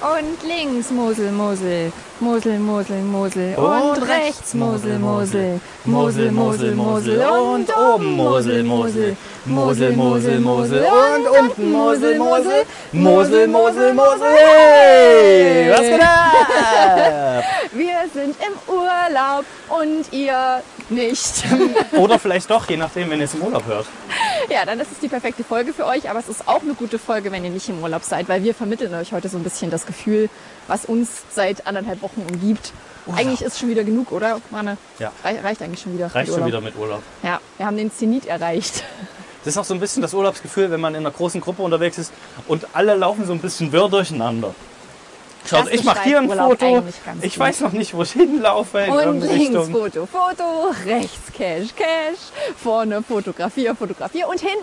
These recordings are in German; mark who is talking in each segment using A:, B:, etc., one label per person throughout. A: Und links Mosel, Mosel, Mosel, Mosel, Mosel. Und rechts Mosel, Mosel, Mosel, Mosel, Mosel. Und oben Mosel, Mosel, Mosel, Mosel, Mosel. Und unten Mosel, Mosel,
B: Mosel, Mosel, Mosel. Hey, was geht ab?
A: Wir sind im Urlaub und ihr nicht.
B: Oder vielleicht doch, je nachdem, wenn ihr es im Urlaub hört.
A: Ja, dann ist es die perfekte Folge für euch, aber es ist auch eine gute Folge, wenn ihr nicht im Urlaub seid, weil wir vermitteln euch heute so ein bisschen das Gefühl, was uns seit anderthalb Wochen umgibt.
B: Urlaub.
A: Eigentlich ist schon wieder genug, oder? Manne,
B: Oh Ja.
A: Reich, reicht eigentlich schon wieder. mit
B: Reicht schon
A: Urlaub.
B: wieder mit Urlaub.
A: Ja, wir haben den Zenit erreicht.
B: Das ist auch so ein bisschen das Urlaubsgefühl, wenn man in einer großen Gruppe unterwegs ist und alle laufen so ein bisschen wirr durcheinander. Schaut,
A: Das
B: ich mache hier ein
A: beschreibt Urlaub
B: Foto.
A: eigentlich ganz
B: Ich
A: gut.
B: weiß noch nicht, wo ich hinlaufe. In
A: Und
B: irgendeine
A: links
B: Richtung.
A: Foto, Foto, rechts Cash, Cash, vorne Fotografier, Fotografier und hinten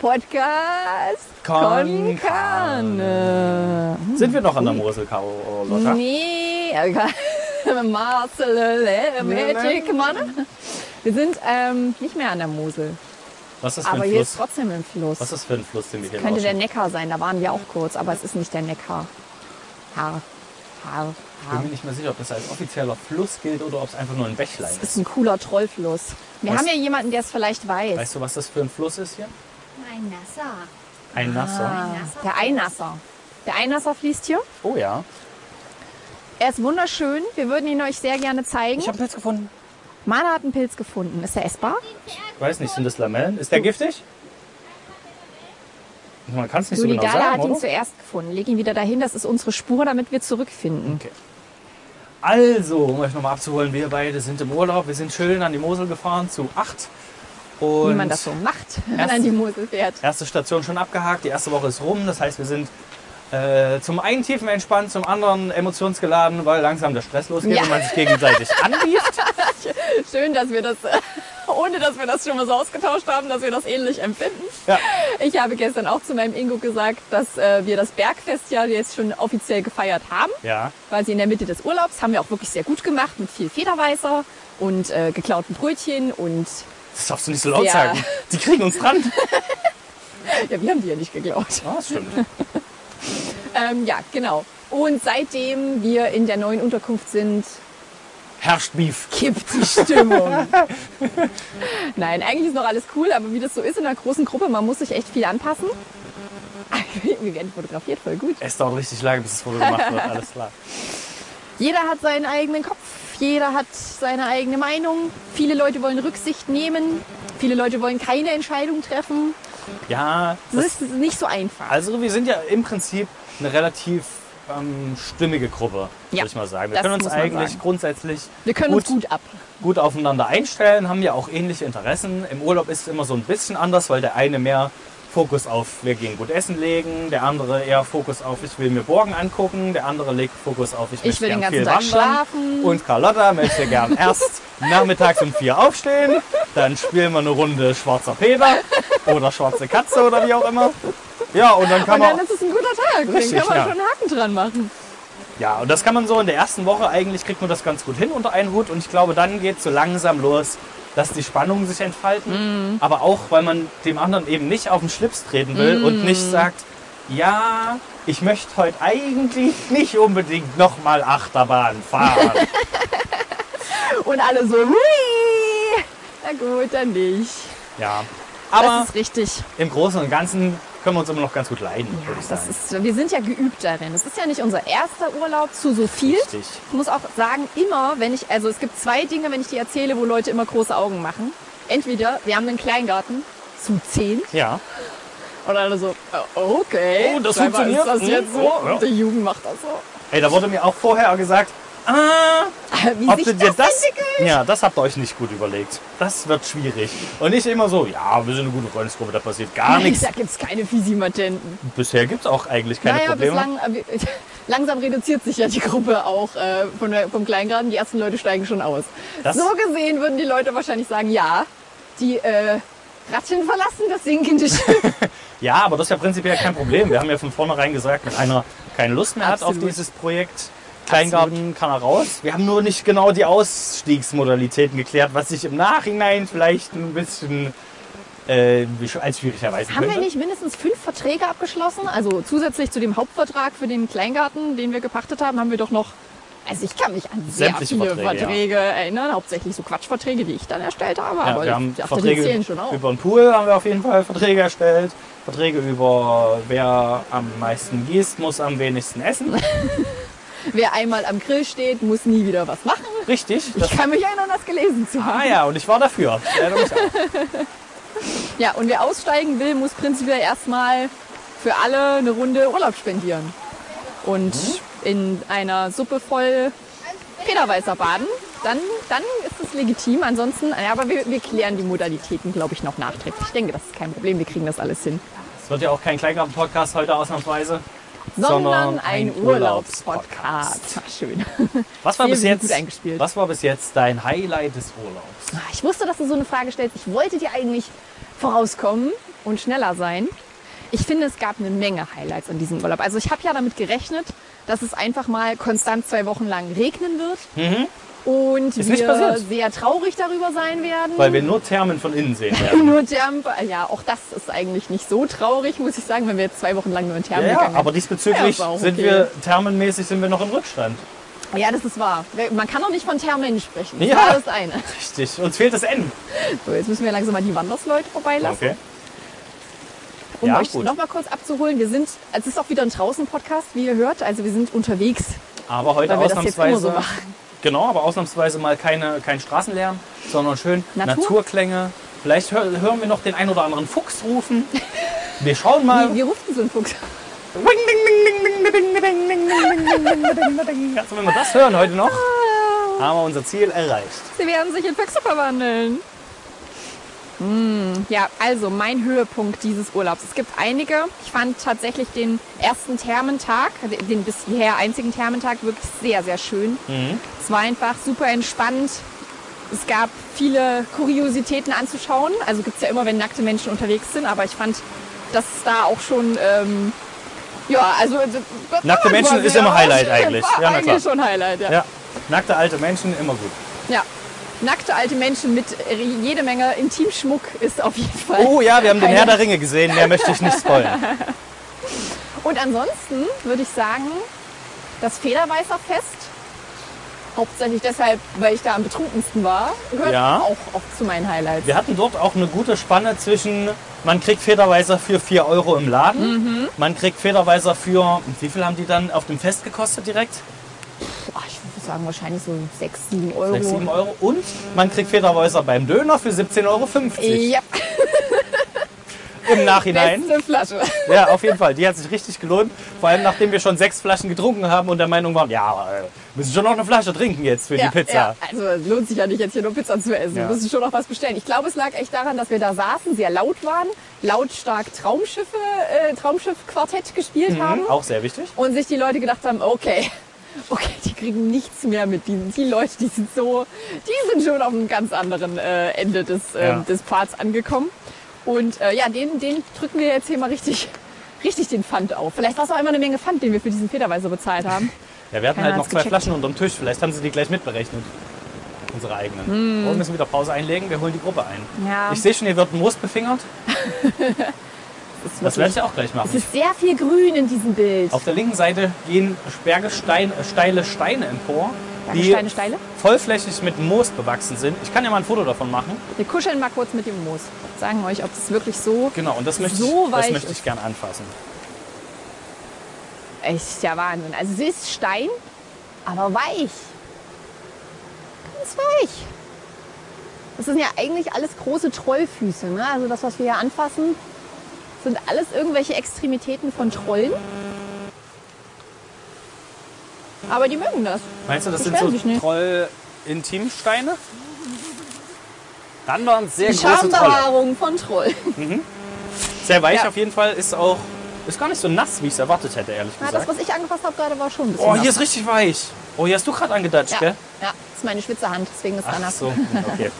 A: Podcast
B: Con
A: Con Carne.
B: Sind wir noch an der Mosel, Caro Lotta?
A: Nee, egal. Marcel, Magic, Mann. Wir sind ähm, nicht mehr an der Mosel,
B: Was ist das für
A: aber
B: ein
A: hier ist
B: Fluss?
A: trotzdem ein Fluss.
B: Was ist das für ein Fluss, den wir hier
A: Könnte der
B: lauschen?
A: Neckar sein, da waren wir auch kurz, aber es ist nicht der Neckar. Haar, Haar,
B: Ich bin
A: Haar.
B: mir nicht mehr sicher, ob das als offizieller Fluss gilt oder ob es einfach nur ein Bächlein
A: Das
B: ist.
A: ist ein cooler Trollfluss. Wir
B: Weißt-
A: haben ja jemanden, der es vielleicht weiß.
B: Weißt du, was das für ein Fluss ist hier?
C: Mein Nasser.
B: Ah, Ein Nasser.
C: Nasser.
A: Der Einasser. Der Einasser fließt hier.
B: Oh ja.
A: Er ist wunderschön. Wir würden ihn euch sehr gerne zeigen.
B: Ich habe einen Pilz gefunden.
A: Mana hat einen Pilz gefunden. Ist er essbar?
B: Ich weiß nicht, sind das Lamellen? Ist der giftig? Man kann es nicht so
A: Juli
B: genau
A: Dala
B: sagen,
A: hat ihn
B: oder?
A: zuerst gefunden. Leg ihn wieder dahin. Das ist unsere Spur, damit wir zurückfinden.
B: Okay. Also, um euch nochmal abzuholen, wir beide sind im Urlaub. Wir sind schön an die Mosel gefahren zu acht. Und
A: Wie man das so macht, wenn
B: erst-
A: man an die Mosel fährt.
B: erste Station schon abgehakt, die erste Woche ist rum. Das heißt, wir sind äh, zum einen tiefen entspannt, zum anderen emotionsgeladen, weil langsam der Stress losgeht
A: Ja.
B: und man sich gegenseitig anbieft.
A: Schön, dass wir das, ohne dass wir das schon mal so ausgetauscht haben, dass wir das ähnlich empfinden.
B: Ja.
A: Ich habe gestern auch zu meinem Ingo gesagt, dass äh, wir das Bergfest ja jetzt schon offiziell gefeiert haben.
B: ja.
A: quasi in der Mitte des Urlaubs. Haben wir auch wirklich sehr gut gemacht mit viel Federweißer und äh, geklauten Brötchen und
B: Das darfst du nicht so laut
A: Ja.
B: sagen. Die kriegen uns dran.
A: äh, ja, wir haben die ja nicht geklaut.
B: Ah, das stimmt.
A: Ähm, ja, genau. Und seitdem wir in der neuen Unterkunft sind,
B: Herrscht Beef.
A: kippt die Stimmung. Nein, eigentlich ist noch alles cool, aber wie das so ist in einer großen Gruppe, man muss sich echt viel anpassen. Wir werden fotografiert, voll gut.
B: Es dauert richtig lange, bis das Foto gemacht wird. Alles klar.
A: Jeder hat seinen eigenen Kopf, jeder hat seine eigene Meinung. Viele Leute wollen Rücksicht nehmen, viele Leute wollen keine Entscheidung treffen.
B: Ja, das,
A: Das ist nicht so einfach.
B: also wir sind ja im Prinzip eine relativ ähm, stimmige Gruppe,
A: Ja,
B: würde ich mal sagen. Wir
A: das
B: können uns
A: muss man
B: eigentlich
A: sagen.
B: grundsätzlich
A: Wir können
B: gut,
A: uns gut ab.
B: gut aufeinander einstellen, haben ja auch ähnliche Interessen. Im Urlaub ist es immer so ein bisschen anders, weil der eine mehr Fokus auf wir gehen gut essen legen, der andere eher Fokus auf ich will mir Burgen angucken, der andere legt Fokus auf ich, möchte
A: will
B: gern
A: den ganzen
B: viel
A: Tag
B: wandern
A: schlafen.
B: und Carlotta möchte gern erst nachmittags um vier aufstehen, dann spielen wir eine Runde schwarzer Peter oder schwarze Katze oder wie auch immer. Ja, und dann kann
A: Und dann
B: man
A: ist es ein guter Tag.
B: Richtig,
A: Dann kann man
B: ja.
A: schon einen Haken dran machen.
B: ja, und das kann man so in der ersten Woche eigentlich kriegt man das ganz gut hin unter einen Hut und ich glaube, dann geht so langsam los, dass die Spannungen sich
A: Mhm.
B: entfalten, aber auch weil man dem anderen eben nicht auf den Schlips treten will
A: Mhm.
B: und nicht sagt, ja, ich möchte heute eigentlich nicht unbedingt nochmal Achterbahn fahren.
A: Und alle so, Wii! Na gut, dann nicht.
B: ja,
A: Aber
B: aber
A: das ist richtig.
B: im Großen und Ganzen können wir uns immer noch ganz gut leiden,
A: Ja,
B: würde ich
A: das
B: sagen.
A: ist, wir sind ja geübt darin. Es ist ja nicht unser erster Urlaub zu so viel.
B: Richtig.
A: Ich muss auch sagen, immer, wenn ich, also es gibt zwei Dinge, wenn ich die erzähle, wo Leute immer große Augen machen. Entweder wir haben einen Kleingarten zu zehn
B: ja,
A: und alle so, äh, okay.
B: Oh, das
A: scheinbar
B: funktioniert.
A: Ist das
B: Mhm.
A: jetzt so?
B: Oh, ja.
A: Die Jugend macht das so.
B: ey, da wurde mir auch vorher gesagt, ah,
A: Wie
B: Ob
A: sich
B: du dir
A: das,
B: das,
A: entwickelt?
B: ja, das habt ihr euch nicht gut überlegt. Das wird schwierig. Und nicht immer so, ja, wir sind eine gute Freundesgruppe, da passiert gar nichts.
A: Da gibt's keine Fisimatenten.
B: Bisher gibt es auch eigentlich keine
A: naja,
B: Probleme.
A: bislang, äh, wir- langsam reduziert sich ja die Gruppe auch äh, von der, vom Kleingraden. Die ersten Leute steigen schon aus.
B: Das-
A: so gesehen würden die Leute wahrscheinlich sagen, ja, die äh, Ratten verlassen das sinkende Schiff.
B: Ja, aber das ist ja prinzipiell kein Problem. Wir haben ja von vornherein gesagt, wenn einer keine Lust mehr hat auf
A: Absolut.
B: dieses Projekt, Kleingarten kann er raus. Wir haben nur nicht genau die Ausstiegsmodalitäten geklärt, was sich im Nachhinein vielleicht ein bisschen äh, wie- als schwierig erweisen
A: Haben wir
B: könnte.
A: nicht mindestens fünf Verträge abgeschlossen? Also zusätzlich zu dem Hauptvertrag für den Kleingarten, den wir gepachtet haben, haben wir doch noch. Also ich kann mich an sehr
B: Sämtliche
A: viele
B: Verträge, ja.
A: Verträge, erinnern, hauptsächlich so Quatschverträge, die ich dann erstellt habe.
B: Ja,
A: aber
B: wir haben
A: ich dachte, die
B: Verträge
A: zählen schon auch.
B: über den Pool haben wir auf jeden Fall Verträge erstellt. Verträge über wer am meisten gießt, muss am wenigsten essen.
A: Wer einmal am Grill steht, muss nie wieder was machen.
B: Richtig.
A: Ich
B: Das,
A: kann mich erinnern, das gelesen zu haben.
B: ah ja, und ich war dafür. Ich erinnere mich auch.
A: Ja, und wer aussteigen will, muss prinzipiell erstmal für alle eine Runde Urlaub spendieren. Und in einer Suppe voll Federweißer baden. Dann, dann ist es legitim. Ansonsten, ja, aber wir, wir klären die Modalitäten, glaube ich, noch nachträglich. Ich denke, das ist kein Problem. Wir kriegen das alles hin.
B: Es wird ja auch kein Kleingarten-Podcast heute ausnahmsweise.
A: Sondern ein
B: Urlaubspodcast.
A: Urlaubspodcast. Ach, schön.
B: Was war,
A: Sehr
B: bis
A: gut
B: jetzt,
A: eingespielt.
B: was war bis jetzt dein Highlight des Urlaubs?
A: Ich wusste, dass du so eine Frage stellst. Ich wollte dir eigentlich vorauskommen und schneller sein. Ich finde, es gab eine Menge Highlights in diesem Urlaub. Also ich habe ja damit gerechnet, dass es einfach mal konstant zwei Wochen lang regnen wird und
B: Mhm. Ist nicht
A: wir
B: passiert.
A: sehr traurig darüber sein werden.
B: Weil wir nur Thermen von innen sehen werden.
A: nur Therm, ja, auch das ist eigentlich nicht so traurig, muss ich sagen, wenn wir jetzt zwei Wochen lang nur in Therm
B: ja, ja,
A: gegangen
B: aber
A: Ja,
B: diesbezüglich
A: ist auch
B: sind
A: okay.
B: wir, thermenmäßig sind wir noch im Rückstand.
A: sind. Ja, das ist wahr. Man kann doch nicht von Thermen sprechen.
B: Ja.
A: Das ist das eine.
B: Richtig. Uns fehlt das N.
A: So, jetzt müssen wir langsam mal die Wandersleute vorbeilassen.
B: Okay.
A: Um
B: Ja,
A: euch
B: gut.
A: nochmal kurz abzuholen, wir sind, es ist auch wieder ein Draußen-Podcast, wie ihr hört, also wir sind unterwegs.
B: Aber heute
A: Weil wir das jetzt
B: ausnahmsweise.
A: immer so machen.
B: genau, aber ausnahmsweise mal keine, kein Straßenlärm, sondern schön
A: Natur?
B: Naturklänge. Vielleicht hör, hören wir noch den ein oder anderen Fuchs rufen. Wir schauen mal.
A: Wie, wie ruft denn so ein Fuchs?
B: Wing, ding, ding, ding, ding, ding, ding, ding, ding, ding, ding, ding, ding, ding, ding. Also wenn wir das hören heute noch,
A: Ah.
B: haben wir unser Ziel erreicht.
A: Sie werden sich in Füchse verwandeln. Hm, ja, also mein Höhepunkt dieses Urlaubs. Es gibt einige. Ich fand tatsächlich den ersten Thermentag, den bisher einzigen Thermentag, wirklich sehr, sehr schön.
B: Mhm.
A: Es war einfach super entspannt. Es gab viele Kuriositäten anzuschauen. Also gibt's ja immer, wenn nackte Menschen unterwegs sind. Aber ich fand, dass es da auch schon... Ähm, ja, also... das-
B: Nackte Menschen ist immer Highlight eigentlich.
A: War
B: Ja, na
A: eigentlich
B: klar.
A: schon Highlight, ja.
B: Ja, nackte alte Menschen, immer gut.
A: Ja. Nackte alte Menschen mit jede Menge Intimschmuck ist auf jeden Fall.
B: Oh ja, wir haben den Herr der Ringe gesehen, mehr möchte ich nicht spoilern.
A: Und ansonsten würde ich sagen, das Federweißerfest, hauptsächlich deshalb, weil ich da am betrunkensten war, gehört
B: Ja.
A: auch oft zu meinen Highlights.
B: Wir hatten dort auch eine gute Spanne zwischen, man kriegt Federweiser für 4 Euro im Laden,
A: Mhm.
B: man kriegt Federweiser für, wie viel haben die dann auf dem Fest gekostet direkt?
A: Ach, ich würde sagen, wahrscheinlich so 6, 7 Euro.
B: 6, 7 Euro. Und man kriegt Federweiser beim Döner für 17,50 Euro
A: Ja,
B: im Nachhinein.
A: beste Flasche.
B: Ja, auf jeden Fall. Die hat sich richtig gelohnt. Vor allem, nachdem wir schon sechs Flaschen getrunken haben und der Meinung waren, ja, aber, äh, müssen schon noch eine Flasche trinken jetzt für
A: ja,
B: die Pizza.
A: Ja. Also es lohnt sich ja nicht, jetzt hier nur Pizza zu essen.
B: Ja.
A: Wir müssen schon noch was bestellen. Ich glaube, es lag echt daran, dass wir da saßen, sehr laut waren, lautstark Traumschiffe, äh, Traumschiff-Quartett gespielt haben.
B: Auch sehr wichtig.
A: Und sich die Leute gedacht haben, okay, okay, die kriegen nichts mehr mit. Die, die Leute, die sind so, die sind schon auf einem ganz anderen äh, Ende des, äh,
B: Ja.
A: des Parts angekommen. Und äh, ja, den, den drücken wir jetzt hier mal richtig, richtig den Pfand auf. Vielleicht war es auch einmal eine Menge Pfand, den wir für diesen Federweiser bezahlt haben.
B: Ja, wir hatten
A: Keiner
B: halt noch
A: hat's
B: zwei
A: gecheckt.
B: Flaschen unterm Tisch. Vielleicht haben sie die gleich mitberechnet. Unsere eigenen. Oh, wir müssen wieder Pause einlegen. Wir holen die Gruppe ein.
A: Hm. Ja.
B: Ich sehe schon, hier wird ein Wurst befingert. das werde ich auch gleich
A: Es
B: machen.
A: ist sehr viel Grün in diesem Bild.
B: Auf der linken Seite gehen Bergestein, äh, steile Steine empor, die
A: Bergesteine, steile?
B: vollflächig mit Moos bewachsen sind. Ich kann ja mal ein Foto davon machen.
A: Wir kuscheln mal kurz mit dem Moos. Sagen euch, ob das wirklich so
B: Genau, und das möchte,
A: So
B: ich, das
A: weich
B: möchte ich
A: ist-
B: gern anfassen.
A: Echt ja Wahnsinn. Also sie ist Stein, aber weich. Ganz weich. Das sind ja eigentlich alles große Trollfüße. Ne? Also das, was wir hier anfassen, sind alles irgendwelche Extremitäten von Trollen. Aber die mögen das.
B: Meinst du, das
A: Ich
B: sind
A: weiß
B: so
A: es nicht.
B: Troll-Intimsteine? Dann waren es sehr
A: Die
B: große Trolle.
A: Schambehaarung von Troll.
B: Sehr weich
A: Ja.
B: auf jeden Fall, ist auch ist gar nicht so nass, wie ich es erwartet hätte, ehrlich
A: Na, Ah, das,
B: gesagt.
A: was ich angefasst habe gerade, war schon ein bisschen
B: Oh, hier
A: nass.
B: ist richtig weich. Oh, hier hast du gerade angedatscht,
A: ja,
B: gell?
A: ja, das ist meine Schwitzerhand, deswegen ist es
B: Ach
A: anders.
B: so, okay.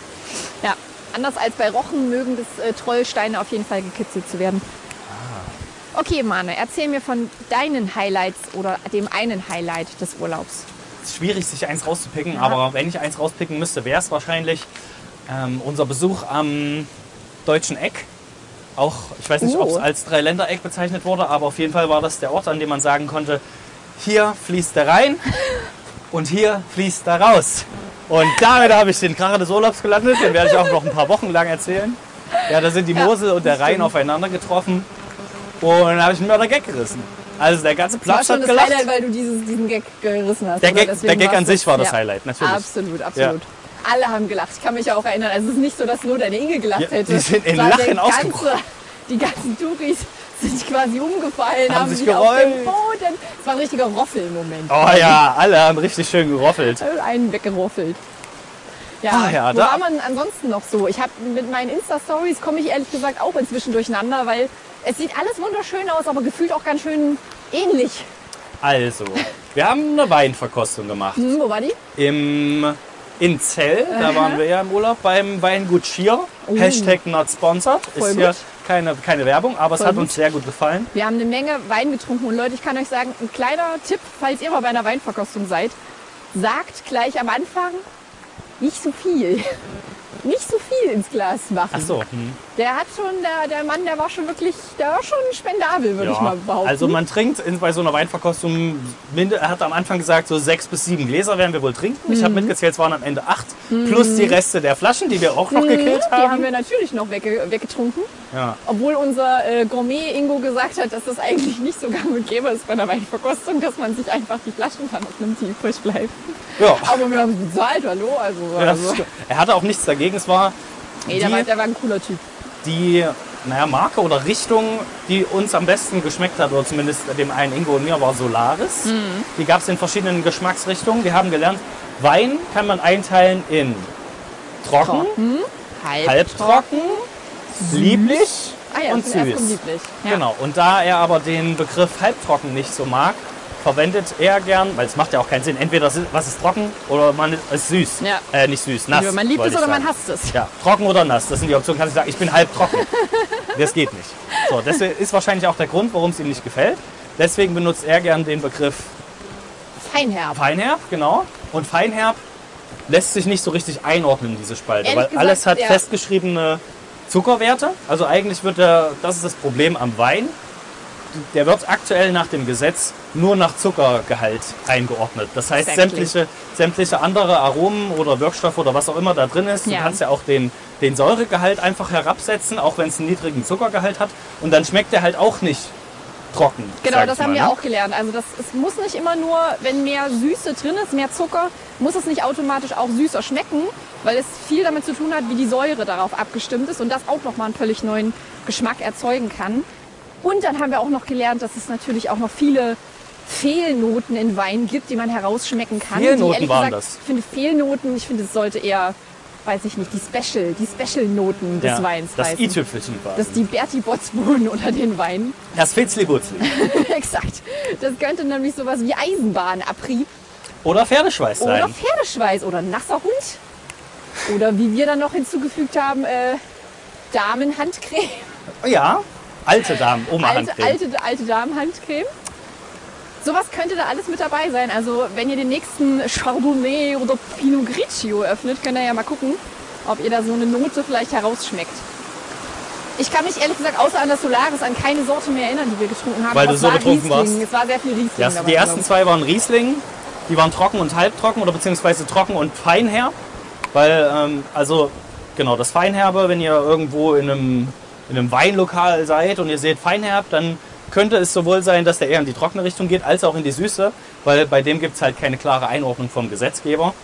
A: Ja, anders als bei Rochen mögen das äh, Trollsteine auf jeden Fall gekitzelt zu werden.
B: Ah.
A: Okay, Mane, erzähl mir von deinen Highlights oder dem einen Highlight des Urlaubs.
B: Es ist schwierig, sich eins rauszupicken, aber wenn ich eins rauspicken müsste, wäre es wahrscheinlich ähm, unser Besuch am Deutschen Eck. Auch, ich weiß nicht,
A: Oh.
B: ob es als Dreiländereck bezeichnet wurde, aber auf jeden Fall war das der Ort, an dem man sagen konnte, hier fließt der Rhein und hier fließt der raus. Und damit habe ich den Kracher des Urlaubs gelandet, den werde ich auch noch ein paar Wochen lang erzählen. Ja, da sind die
A: Ja,
B: Mosel und der
A: das
B: Rhein
A: stimmt.
B: aufeinander getroffen und dann habe ich einen Mörder-Gag gerissen. Also der ganze
A: Das war
B: Platz
A: schon
B: hat
A: das
B: gelacht.
A: Highlight, weil du dieses, diesen Gag gerissen hast.
B: Der
A: oder?
B: Gag-
A: Deswegen
B: der Gag
A: war's
B: an sich
A: das-
B: war das Highlight, natürlich.
A: Absolut, absolut. Alle haben gelacht. Ich kann mich ja auch erinnern. Also es ist nicht so, dass nur deine Inge gelacht
B: Ja,
A: hätte.
B: die sind in
A: Es war der
B: Lachen ausgebrochen.
A: ganze- Die ganzen Touris sind quasi umgefallen,
B: Haben
A: haben,
B: sich
A: sich auf
B: gerollt.
A: dem Boden. Es war ein richtiger Roffelmoment.
B: Oh ja, alle haben richtig schön geroffelt.
A: Einen weggeroffelt.
B: Ah ja,
A: wo
B: da-
A: war man ansonsten noch so? Ich habe mit meinen Insta-Stories komme ich ehrlich gesagt auch inzwischen durcheinander, weil es sieht alles wunderschön aus, aber gefühlt auch ganz schön ähnlich.
B: Also, wir haben eine Weinverkostung gemacht.
A: Hm, wo war die?
B: Im, in Zell, da waren wir ja im Urlaub, beim Weingut Schier. Hashtag not sponsored.
A: Oh. Voll
B: Ist hier
A: gut.
B: keine, keine Werbung, aber es
A: Voll
B: hat
A: gut.
B: uns sehr gut gefallen.
A: Wir haben eine Menge Wein getrunken und Leute, ich kann euch sagen, ein kleiner Tipp, falls ihr mal bei einer Weinverkostung seid, sagt gleich am Anfang nicht so viel. Nicht so viel ins Glas machen.
B: Ach so, hm.
A: Der hat schon, der, der Mann, der war schon wirklich, der war schon spendabel, würde ich mal behaupten.
B: Also man trinkt in, bei so einer Weinverkostung, minde, er hat am Anfang gesagt, so sechs bis sieben Gläser werden wir wohl trinken.
A: Mhm.
B: Ich habe mitgezählt, es waren am Ende acht, plus die Reste der Flaschen, die wir auch noch gekillt
A: Mhm. die haben
B: haben.
A: wir natürlich noch wegge weggetrunken,
B: Ja.
A: obwohl unser äh, Gourmet Ingo gesagt hat, dass das eigentlich nicht so gang und gäbe ist bei einer Weinverkostung, dass man sich einfach die Flaschen dann auf einem Tee frisch bleibt.
B: Ja.
A: Aber wir haben es bezahlt, hallo, also.
B: Ja, das
A: also.
B: ist- Er hatte auch nichts dagegen. Es war
A: Nee, der war,
B: die,
A: der war ein cooler Typ.
B: die naja, Marke oder Richtung, die uns am besten geschmeckt hat, oder zumindest dem einen Ingo und mir, war Solaris.
A: Mhm.
B: Die gab es in verschiedenen Geschmacksrichtungen. Wir haben gelernt, Wein kann man einteilen in trocken, halbtrocken, lieblich
A: Ah ja,
B: und
A: zuerst kommt
B: süß.
A: lieblich.
B: Genau, und da er aber den Begriff halbtrocken nicht so mag, verwendet er gern, weil es macht ja auch keinen Sinn, entweder es ist- was ist trocken oder man ist, ist süß.
A: Ja.
B: Äh, nicht süß, nass.
A: Entweder man liebt
B: wollte
A: es
B: ich
A: oder man
B: sagen.
A: hasst es.
B: Ja, trocken oder nass, das sind die Optionen. Kannst du sagen, ich bin halb trocken. Das geht nicht. So, das ist wahrscheinlich auch der Grund, warum es ihm nicht gefällt. Deswegen benutzt er gern den Begriff
A: Feinherb.
B: Feinherb, genau. Und Feinherb lässt sich nicht so richtig einordnen, diese Spalte,
A: Ehrlich
B: weil
A: gesagt,
B: alles hat
A: ja.
B: festgeschriebene Zuckerwerte. Also eigentlich wird er, das ist das Problem am Wein, der wird aktuell nach dem Gesetz nur nach Zuckergehalt eingeordnet. Das heißt,
A: Exactly.
B: sämtliche, sämtliche andere Aromen oder Wirkstoffe oder was auch immer da drin ist,
A: Ja.
B: du kannst ja auch den, den Säuregehalt einfach herabsetzen, auch wenn es einen niedrigen Zuckergehalt hat. Und dann schmeckt der halt auch nicht trocken.
A: Genau,
B: sag
A: das
B: ich
A: haben
B: mal,
A: wir
B: ne?
A: auch gelernt. Also das, es muss nicht immer nur, wenn mehr Süße drin ist, mehr Zucker, muss es nicht automatisch auch süßer schmecken, weil es viel damit zu tun hat, wie die Säure darauf abgestimmt ist und das auch nochmal einen völlig neuen Geschmack erzeugen kann. Und dann haben wir auch noch gelernt, dass es natürlich auch noch viele Fehlnoten in Wein gibt, die man herausschmecken kann. die,
B: Fehlnoten
A: ehrlich
B: waren
A: gesagt,
B: das.
A: Ich finde Fehlnoten, ich finde es sollte eher, weiß ich nicht, die Special, die Special-Noten des
B: Ja,
A: Weins
B: Das
A: heißen.
B: i-Tüpfelchen quasi.
A: Das ist die Berti Botsboden unter den Weinen.
B: Das Fitzli-Butzli.
A: Exakt. Das könnte nämlich sowas wie Eisenbahnabrieb
B: Oder Pferdeschweiß sein.
A: oder Pferdeschweiß oder nasser Hund. Oder wie wir dann noch hinzugefügt haben, äh, Damenhandcreme.
B: ja, alte Damen, oma
A: Alte,
B: Handcreme.
A: alte, alte Damenhandcreme. Sowas könnte da alles mit dabei sein. Also wenn ihr den nächsten Chardonnay oder Pinot Grigio öffnet, könnt ihr ja mal gucken, ob ihr da so eine Note vielleicht herausschmeckt. Ich kann mich ehrlich gesagt außer an das Solaris an keine Sorte mehr erinnern, die wir getrunken haben.
B: Weil
A: Aber
B: du
A: es
B: so
A: war
B: betrunken
A: Riesling.
B: warst.
A: Es war sehr viel Riesling
B: Die ersten-
A: dabei,
B: die
A: glaub
B: ersten zwei waren Riesling, die waren trocken und halbtrocken oder beziehungsweise trocken und feinherb. Weil, ähm, also, genau, das Feinherbe, wenn ihr irgendwo in einem, in einem Weinlokal seid und ihr seht Feinherb, dann könnte es sowohl sein, dass der eher in die trockene Richtung geht, als auch in die süße, weil bei dem gibt es halt keine klare Einordnung vom Gesetzgeber.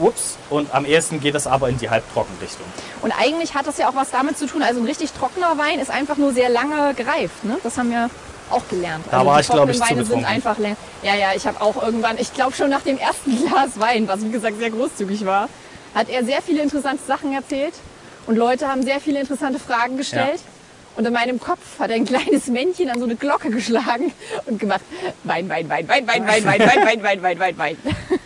B: Ups, und am ehesten geht es aber in die halbtrocken Richtung.
A: Und eigentlich hat das ja auch was damit zu tun. Also ein richtig trockener Wein ist einfach nur sehr lange gereift. Ne? Das haben wir auch gelernt.
B: Da
A: also
B: war
A: die
B: ich, glaub
A: trockenen
B: ich, zu
A: Weine sind
B: betrunken.
A: einfach leer. Ja, ja, ich habe auch irgendwann, ich glaube schon nach dem ersten Glas Wein, was wie gesagt sehr großzügig war, hat er sehr viele interessante Sachen erzählt und Leute haben sehr viele interessante Fragen gestellt. Und in meinem Kopf hat ein kleines Männchen an so eine Glocke geschlagen und gemacht, Wein, Wein, Wein, Wein, Wein, Wein, Wein, Wein, Wein, Wein, Wein, Wein, Wein.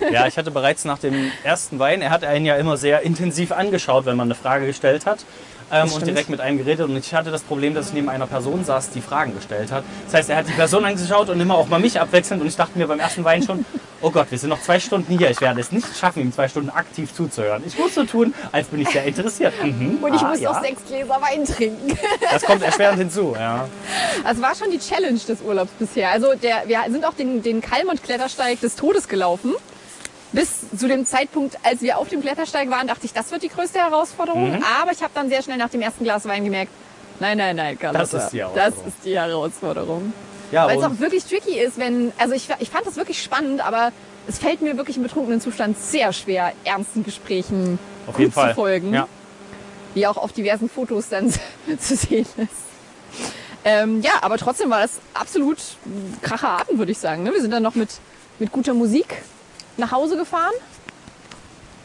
B: Ah, Ja, ich hatte bereits nach dem ersten Wein, er hat einen ja immer sehr intensiv angeschaut, wenn man eine Frage gestellt hat ähm, und
A: stimmt.
B: direkt mit einem geredet. Und ich hatte das Problem, dass ich neben einer Person saß, die Fragen gestellt hat. Das heißt, er hat die Person angeschaut und immer auch mal mich abwechselnd. Und ich dachte mir beim ersten Wein schon, oh Gott, wir sind noch zwei Stunden hier. Ich werde es nicht schaffen, ihm zwei Stunden aktiv zuzuhören. Ich muss so tun, als bin ich sehr interessiert. Mhm.
A: Und ich
B: Ah,
A: muss
B: ja.
A: noch sechs Gläser Wein trinken.
B: Das kommt erschwerend hinzu, ja.
A: Das Also war schon die Challenge des Urlaubs bisher. Also der, wir sind auch den, den Kalm- und Klettersteig des Todes gelaufen. Bis zu dem Zeitpunkt, als wir auf dem Klettersteig waren, dachte ich, das wird die größte Herausforderung.
B: Mhm.
A: Aber ich habe dann sehr schnell nach dem ersten Glas Wein gemerkt, nein, nein, nein, Carlotta,
B: Das ist die
A: das
B: Herausforderung.
A: ist die Herausforderung.
B: ja
A: Weil es auch
B: und,
A: wirklich tricky ist, wenn, also ich, ich fand das wirklich spannend, aber es fällt mir wirklich im betrunkenen Zustand sehr schwer, ernsten Gesprächen
B: auf
A: gut
B: jeden Fall.
A: zu folgen,
B: Ja.
A: die auch auf diversen Fotos dann zu sehen ist. Ähm, ja, aber trotzdem war das absolut ein kracher Abend, würde ich sagen. Ne? Wir sind dann noch mit, mit guter Musik nach Hause gefahren.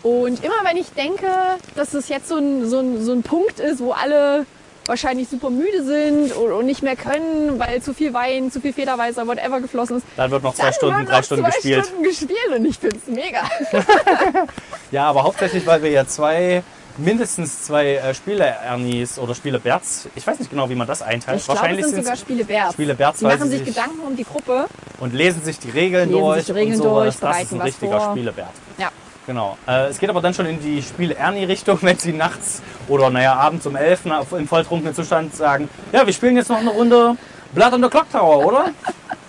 A: Und immer wenn ich denke, dass es jetzt so ein, so ein, so ein Punkt ist, wo alle wahrscheinlich super müde sind und, und nicht mehr können, weil zu viel Wein, zu viel Federweißer, whatever geflossen ist.
B: Dann wird noch zwei
A: dann
B: Stunden,
A: haben
B: drei
A: noch
B: Stunden
A: zwei
B: gespielt.
A: Stunden gespielt und ich find's mega.
B: Ja, aber hauptsächlich, weil wir ja zwei, mindestens zwei äh, Spieler-Ernies oder Spieler-Berts, ich weiß nicht genau, wie man das einteilt.
A: Ich glaube, es sind
B: sind's-
A: sogar Spiele wert.
B: Spiele wert,
A: Die
B: weil
A: machen
B: sie
A: sich
B: sich-
A: Gedanken um die Gruppe.
B: und lesen sich die Regeln
A: Lesen
B: durch
A: sich die Regeln
B: und sowas.
A: durch,
B: das ist
A: bereiten
B: ein
A: was
B: richtiger
A: vor.
B: Spielewert.
A: Ja.
B: Genau. Äh, es geht aber dann schon in die Spiele-Ernie-Richtung, wenn sie nachts oder naja, abends um elf na, im volltrunkenen Zustand sagen, ja, wir spielen jetzt noch eine Runde Blood on the Clock Tower, oder?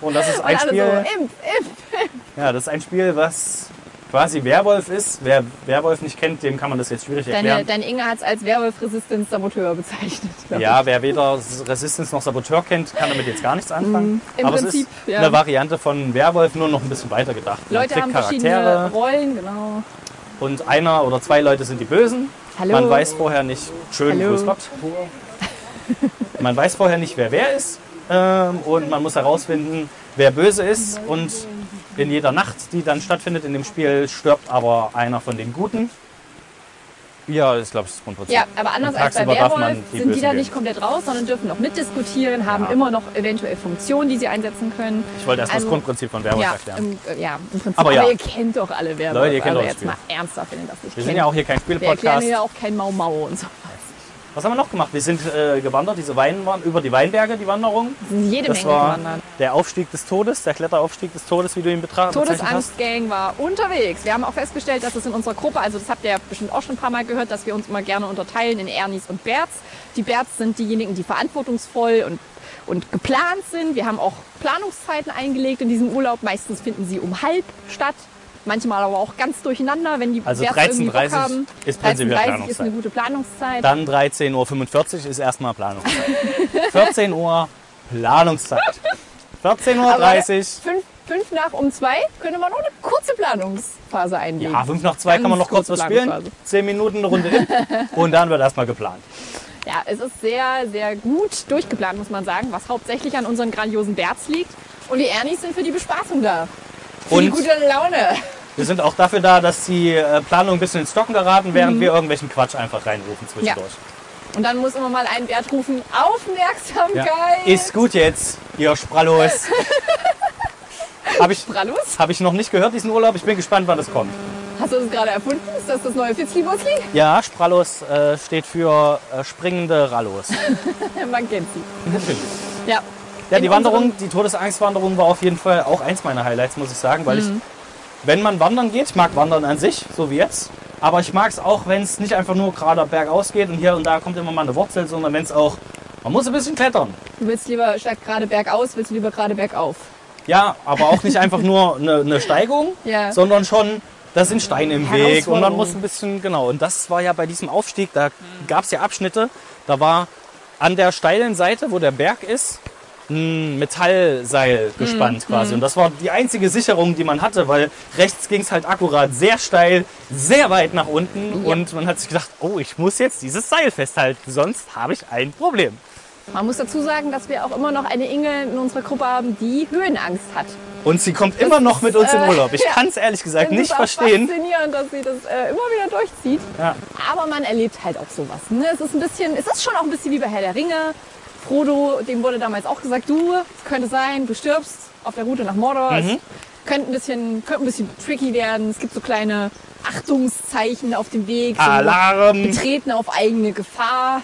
B: Und das ist ein
A: und alle
B: Spiel,
A: so, äh, Imp, Imp.
B: ja, das ist ein Spiel, was quasi Werwolf ist. Wer Werwolf nicht kennt, dem kann man das jetzt schwierig
A: Deine,
B: erklären.
A: deine Inge hat es als Werwolf-Resistenz-Saboteur bezeichnet. glaub ich.
B: Ja, wer weder Resistance noch Saboteur kennt, kann damit jetzt gar nichts anfangen.
A: Mhm, Im
B: Aber
A: Prinzip,
B: es ist
A: ja.
B: eine Variante von Werwolf, nur noch ein bisschen weiter gedacht. Man
A: Leute
B: kriegt
A: haben
B: Charaktere.
A: verschiedene Rollen, genau.
B: Und einer oder zwei Leute sind die Bösen.
A: Hallo.
B: Man weiß vorher nicht, schön,
A: Hallo.
B: grüß Gott. Man weiß vorher nicht, wer wer ist. Ähm, und man muss herausfinden, wer böse ist. Und in jeder Nacht, die dann stattfindet in dem Spiel, stirbt aber einer von den Guten. Ja, das glaube ich, das Grundprinzip.
A: Ja, aber anders als bei
B: tagsüber darf man
A: Werwolf
B: die
A: sind die
B: Bösen
A: da
B: wählen.
A: nicht komplett raus, sondern dürfen noch mitdiskutieren, haben
B: Ja.
A: immer noch eventuell Funktionen, die sie einsetzen können.
B: Ich wollte erst mal
A: Also,
B: das Grundprinzip von Werwolf
A: ja,
B: erklären.
A: im, äh, ja, im Prinzip.
B: Oh, Aber ja.
A: ihr kennt doch alle Werwolf.
B: Leute, ihr kennt
A: also
B: doch das
A: jetzt
B: Spiel.
A: mal ernsthaft, wenn ihr das nicht
B: Wir
A: kennt.
B: sind ja auch hier kein
A: Wir erklären
B: Spielpodcast.
A: ja auch kein Mau Mau und so.
B: Was haben wir noch gemacht? Wir sind äh, gewandert, diese Weinwand, über die Weinberge, die Wanderung.
A: Es sind jede
B: Das
A: Menge
B: war
A: gewandert.
B: der Aufstieg des Todes, der Kletteraufstieg des Todes, wie du ihn betrachtest.
A: Todesangstgang war unterwegs. Wir haben auch festgestellt, dass es in unserer Gruppe, also das habt ihr ja bestimmt auch schon ein paar Mal gehört, dass wir uns immer gerne unterteilen in Ernies und Berts. Die Berts sind diejenigen, die verantwortungsvoll und, und geplant sind. Wir haben auch Planungszeiten eingelegt in diesem Urlaub. Meistens finden sie um halb statt. Manchmal aber auch ganz durcheinander, wenn die
B: Also
A: Berts irgendwie
B: 13.30
A: Bock haben.
B: ist prinzipiell
A: 13.30 ist eine
B: Planungszeit.
A: gute Planungszeit.
B: Dann 13.45 Uhr ist erstmal Planungszeit. 14 Uhr Planungszeit. 14.30 Uhr.
A: Fünf, fünf nach um zwei könnte man noch eine kurze Planungsphase einlegen.
B: Ja, 5 nach 2 kann man noch kurz
A: Ganz kurze
B: was spielen.
A: Planungsphase.
B: 10 Minuten eine Runde in. Und dann wird erstmal geplant.
A: Ja, es ist sehr, sehr gut durchgeplant, muss man sagen, was hauptsächlich an unseren grandiosen Bärts liegt. Und die Ernies sind für die Bespaßung da. Für die
B: Und-
A: gute Laune.
B: Wir sind auch dafür da, dass die äh, Planung ein bisschen ins Stocken geraten, während
A: Mhm.
B: wir irgendwelchen Quatsch einfach reinrufen zwischendurch.
A: Und dann muss immer mal ein Bärt rufen, Aufmerksamkeit.
B: Ja. Ist gut jetzt, ihr Sprallos. Habe ich,
A: Brallus?
B: hab ich noch nicht gehört, diesen Urlaub. Ich bin gespannt, wann das kommt.
A: Hast du das gerade erfunden? Ist das das neue Fitzli-Busli?
B: Ja, Sprallos äh, steht für äh, springende Rallos.
A: Man kennt sie.
B: Natürlich.
A: Ja.
B: Ja,
A: In
B: die
A: unserem-
B: Wanderung, die Todesangstwanderung war auf jeden Fall auch eins meiner Highlights, muss ich sagen, weil
A: Mhm.
B: ich, wenn man wandern geht, ich mag Wandern an sich, so wie jetzt, aber ich mag es auch, wenn es nicht einfach nur gerade bergaus geht und hier und da kommt immer mal eine Wurzel, sondern wenn es auch, man muss ein bisschen klettern.
A: Du willst lieber statt gerade bergaus, willst du lieber gerade bergauf.
B: Ja, aber auch nicht einfach nur eine, eine Steigung,
A: Ja.
B: sondern schon, da sind Steine im Weg und man
A: Herausforderung.
B: muss ein bisschen, genau, und das war ja bei diesem Aufstieg, da gab es ja Abschnitte, da war an der steilen Seite, wo der Berg ist, ein Metallseil
A: Hm,
B: gespannt quasi. Und das war die einzige Sicherung, die man hatte, weil rechts ging es halt akkurat sehr steil, sehr weit nach unten
A: Ja.
B: und man hat sich gedacht, oh, ich muss jetzt dieses Seil festhalten, sonst habe ich ein Problem.
A: Man muss dazu sagen, dass wir auch immer noch eine Inge in unserer Gruppe haben, die Höhenangst hat.
B: Und sie kommt immer noch mit uns in
A: äh,
B: Urlaub. Ich
A: ja.
B: kann es ehrlich gesagt
A: Das
B: nicht
A: ist auch
B: verstehen.
A: faszinierend, dass sie das äh, immer wieder durchzieht.
B: Ja.
A: Aber man erlebt halt auch sowas. Ne? Es ist ein bisschen, es ist schon auch ein bisschen wie bei Herr der Ringe. Frodo, dem wurde damals auch gesagt, du, es könnte sein, du stirbst auf der Route nach Mordor. Es könnte ein bisschen, könnte ein bisschen tricky werden. Es gibt so kleine
B: Ah,
A: Achtungszeichen auf dem Weg. so
B: Alarm!
A: Betreten auf eigene Gefahr.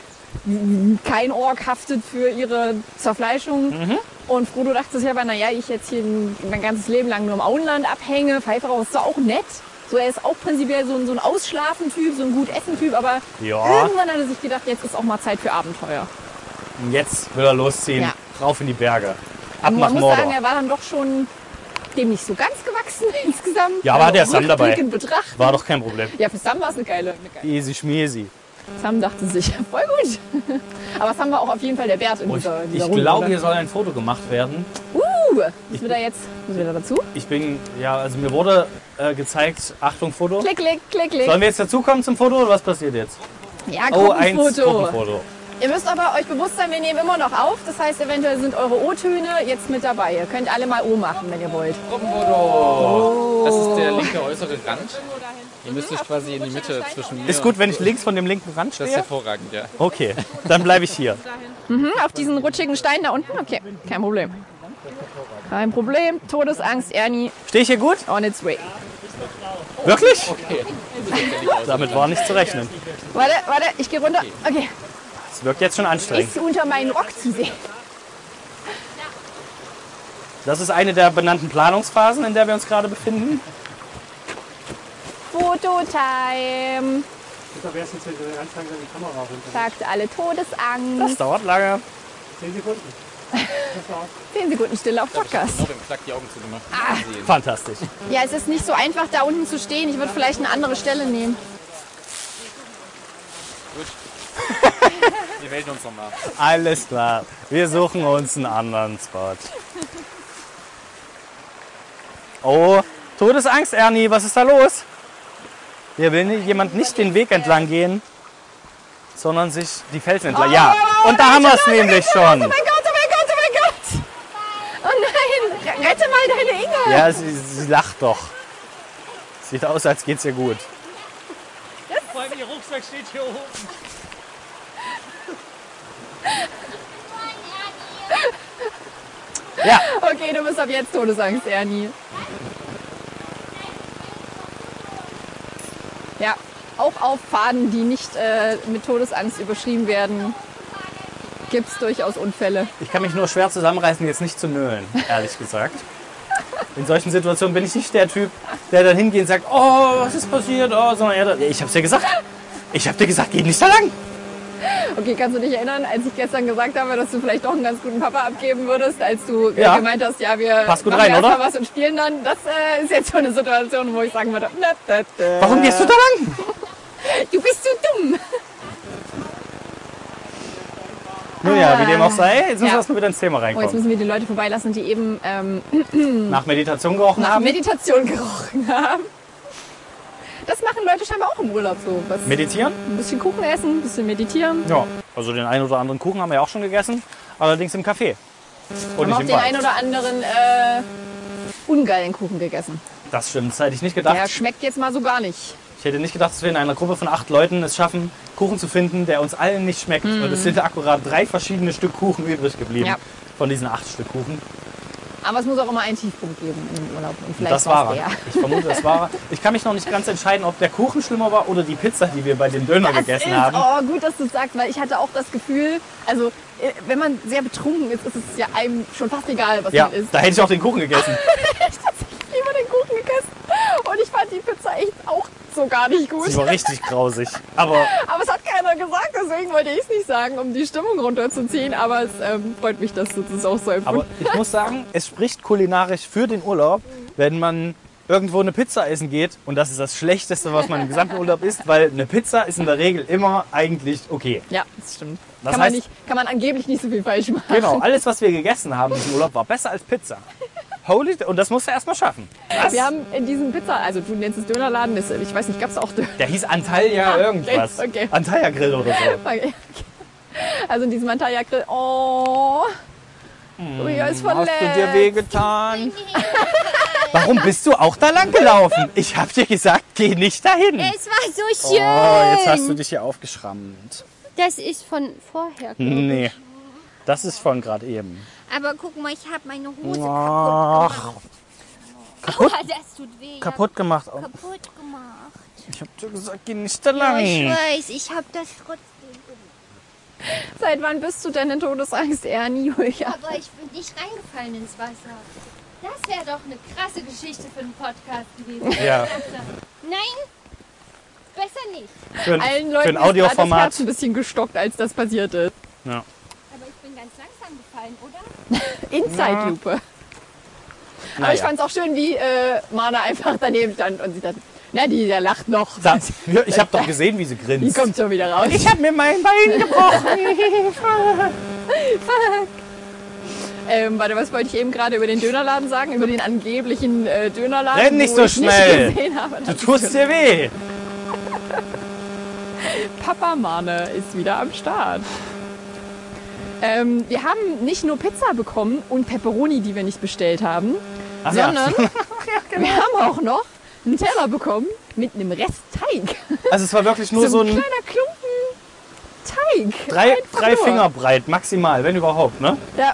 A: kein Ork haftet für ihre Zerfleischung.
B: Mhm.
A: Und Frodo dachte sich aber, naja, ich jetzt hier mein ganzes Leben lang nur im Auenland abhänge, Pfeifferau ist zwar auch nett, so er ist auch prinzipiell so ein, so ein Ausschlafen-Typ, so ein Gut-Essen-Typ, aber
B: Ja.
A: irgendwann hat er sich gedacht, jetzt ist auch mal Zeit für Abenteuer.
B: Und jetzt will er losziehen,
A: Ja.
B: rauf in die Berge. Ab
A: Nur
B: nach
A: man muss
B: Mordor.
A: sagen, er war dann doch schon dem nicht so ganz gewachsen insgesamt.
B: Ja, aber hat der Sam dabei.
A: rückblickend Betrachtet.
B: War doch kein Problem.
A: Ja, für Sam war es eine geile, eine geile.
B: Easy schmiesi.
A: Sam dachte sich, voll gut. Aber Sam war auch auf jeden Fall der Wert in
B: Oh, ich
A: dieser, in dieser
B: ich
A: Runde.
B: glaube,
A: oder?
B: hier soll ein Foto gemacht werden.
A: Uh, müssen wir da jetzt, müssen wir da dazu?
B: Ich bin, ja, also mir wurde äh, gezeigt, Achtung, Foto.
A: Klick, klick, klick, klick.
B: Sollen wir jetzt dazukommen zum Foto oder was passiert jetzt?
A: Ja,
B: Oh, eins,
A: Gruppenfoto.
B: Gruppenfoto.
A: Ihr müsst aber euch bewusst sein, wir nehmen immer noch auf. Das heißt, eventuell sind eure O-Töne jetzt mit dabei. Ihr könnt alle mal O machen, wenn ihr wollt.
D: Gruppenfoto. Das ist der linke äußere Rand. Ihr müsst euch quasi in die Mitte zwischen mir
B: Ist gut,
D: und
B: wenn ich
D: Frodo.
B: links von dem linken Rand
D: Das ist
B: stehe?
D: hervorragend, ja.
B: Okay, dann bleibe ich hier.
A: Hm, auf diesen rutschigen Stein da unten? Okay, kein Problem. Kein Problem. Todesangst, Ernie,
B: Stehe ich hier gut?
A: on its way.
B: Wirklich?
D: Aus.
B: Damit war nicht zu rechnen.
A: Warte, warte, ich gehe runter. Okay.
B: Es wirkt jetzt schon anstrengend.
A: Ist sie unter meinen Rock zu sehen?
B: Das ist eine der benannten Planungsphasen, in der wir uns gerade befinden.
A: Fototime,
E: Da wäre es jetzt wenn wir anfangen, dann die Kamera runter.
A: Ähm, sagt alle
B: Das
A: Todesangst.
B: dauert lange.
E: Zehn Sekunden.
A: 10 Sekunden Stille auf Podcast.
D: Noch im Klack die Augen zugemacht. Sehen.
B: Fantastisch.
A: Ja, es ist nicht so einfach, da unten zu stehen. Ich würde vielleicht eine andere Stelle nehmen.
D: Wir melden uns nochmal.
B: Alles klar. Wir suchen uns einen anderen Spot. Oh, Todesangst, Ernie. Was ist da los? Hier will nicht- jemand nicht den Weg entlang gehen, sondern sich die Felsen entlang. Ja, und da haben wir es nämlich schon.
A: Oh mein Gott, oh mein Gott, oh mein Gott! Oh nein, re- rette mal deine Inge!
B: Ja, sie, sie lacht doch. Sieht aus, als geht's ihr gut.
E: Vor allem, ihr Rucksack steht hier oben.
B: Ja,
A: Okay, du bist ab jetzt Todesangst, Ernie. Ja, auch auf Faden, die nicht äh, mit Todesangst überschrieben werden, gibt es durchaus Unfälle.
B: ich kann mich nur schwer zusammenreißen, jetzt nicht zu nölen, ehrlich gesagt. In solchen Situationen bin ich nicht der Typ, der dann hingeht und sagt, oh, was ist passiert, oh, sondern er dann, ich hab's dir gesagt. Ich hab dir gesagt, geh nicht da lang.
A: Okay, kannst du dich erinnern, als ich gestern gesagt habe, dass du vielleicht doch einen ganz guten Papa abgeben würdest, als du
B: Ja.
A: gemeint hast, ja, wir
B: Passt gut
A: machen
B: rein,
A: erst
B: oder?
A: mal was und spielen dann. Das äh, ist jetzt so eine Situation, wo ich sagen würde, na, da, da.
B: Warum gehst du da lang?
A: Du bist so dumm.
B: Nun ja, wie dem auch sei, jetzt müssen wir
A: Ja.
B: erstmal wieder ins Thema
A: Oh, jetzt
B: reinkommen.
A: müssen wir die Leute vorbeilassen, die eben ähm,
B: Nach Meditation gerochen
A: nach
B: haben.
A: Meditation gerochen haben. Das machen Leute scheinbar auch im Urlaub so. Was,
B: Meditieren?
A: ein bisschen Kuchen essen, ein bisschen meditieren.
B: Ja. Also den einen oder anderen Kuchen haben wir ja auch schon gegessen, allerdings im Café. Und
A: Haben
B: nicht
A: auch
B: im
A: den
B: Wald.
A: einen oder anderen äh, ungeilen Kuchen gegessen.
B: Das stimmt, das hätte ich nicht gedacht.
A: Der schmeckt jetzt mal so gar nicht.
B: Ich hätte nicht gedacht, dass wir in einer Gruppe von acht Leuten es schaffen, Kuchen zu finden, der uns allen nicht schmeckt. Und es sind akkurat drei verschiedene Stück Kuchen übrig geblieben.
A: Mhm. Ja.
B: Von diesen acht Stück Kuchen.
A: Aber es muss auch immer einen Tiefpunkt geben im Urlaub. Und vielleicht
B: das war
A: war's
B: er. Ich vermute, das war er. Ich kann mich noch nicht ganz entscheiden, ob der Kuchen schlimmer war oder die Pizza, die wir bei dem Döner
A: Das
B: gegessen
A: ist,
B: haben.
A: Oh, gut, dass du es sagst, weil ich hatte auch das Gefühl, also äh, wenn man sehr betrunken ist, ist es ja einem schon fast egal, was
B: Ja,
A: man isst.
B: da hätte ich auch den Kuchen gegessen.
A: Ich hab tatsächlich lieber den Kuchen gegessen und ich fand die Pizza echt auch so gar nicht gut.
B: Die war richtig grausig. Aber
A: Aber es hat keiner gesagt, deswegen wollte ich es nicht sagen, um die Stimmung runterzuziehen. Aber es ähm, freut mich, dass du das auch so
B: Aber
A: empfunden
B: ich muss sagen, es spricht kulinarisch für den Urlaub, wenn man irgendwo eine Pizza essen geht und das ist das Schlechteste, was man im gesamten Urlaub isst, weil eine Pizza ist in der Regel immer eigentlich okay.
A: Ja, das stimmt.
B: Das
A: kann,
B: heißt-
A: man nicht, kann man angeblich nicht so viel falsch machen.
B: Genau, alles, was wir gegessen haben im Urlaub, war besser als Pizza. Holy, und das musst du erstmal schaffen. Was?
A: Wir haben in diesem Pizza, also du nennst es Dönerladen, das- ich weiß nicht, gab es auch Döner?
B: Der hieß Antalya irgendwas.
A: okay.
B: Antalya Grill oder so.
A: Okay. Also in diesem Antalya Grill. Oh. Julia ist verletzt.
B: Hm, Hast du dir wehgetan? Warum bist du auch da lang gelaufen? Ich hab dir gesagt, geh nicht dahin.
F: Es war so schön.
B: Oh, jetzt hast du dich hier aufgeschrammt.
F: das ist von vorher.
B: Hm.
F: glaub ich.
B: Nee. Das ist von gerade eben.
F: Aber guck mal, ich habe meine Hose
B: Ach.
F: kaputt gemacht. Aua, das tut weh.
B: Kaputt gemacht. Oh,
F: Ja, kaputt gemacht.
B: Ich hab dir gesagt, geh nicht da
F: Ja, ich
B: lang.
F: weiß, ich habe das trotzdem gemacht.
A: Seit wann bist du denn in Todesangst, Ernie? Ja.
F: Aber ich bin nicht reingefallen ins Wasser. Das wäre doch eine krasse Geschichte für einen Podcast gewesen.
B: Ja,
F: Nein, besser nicht.
B: für ein,
A: Allen
B: für ein
A: Leuten ist gerade das Herz
B: Audioformat.
A: ein bisschen gestockt, als das passiert ist.
B: Ja.
F: Aber ich bin ganz langsam gefallen, oder?
A: In Zeitlupe. Aber ich
B: Naja.
A: fand es auch schön, wie äh, Mana einfach daneben stand und sie dann, na, die, der lacht noch.
B: Da- Ich habe doch gesehen, wie sie
A: Die
B: grinst.
A: kommt schon wieder raus.
B: Ich habe mir mein Bein gebrochen.
A: Ähm, warte, was wollte ich eben gerade über den Dönerladen sagen? Über den angeblichen äh, Dönerladen?
B: Renn nicht
A: wo
B: so
A: ich
B: schnell.
A: Nicht gesehen habe, dass
B: Du tust dir weh.
A: Papa Mane ist wieder am Start. Ähm, wir haben nicht nur Pizza bekommen und Pepperoni, die wir nicht bestellt haben,
B: Ach ja. genau.
A: sondern wir haben auch noch einen Teller bekommen mit einem Rest Teig.
B: Also es war wirklich nur so
A: ein
B: ein
A: kleiner Klumpen Teig.
B: drei,
A: Einfach
B: drei
A: nur.
B: Finger breit, maximal, wenn überhaupt, ne?
A: Ja.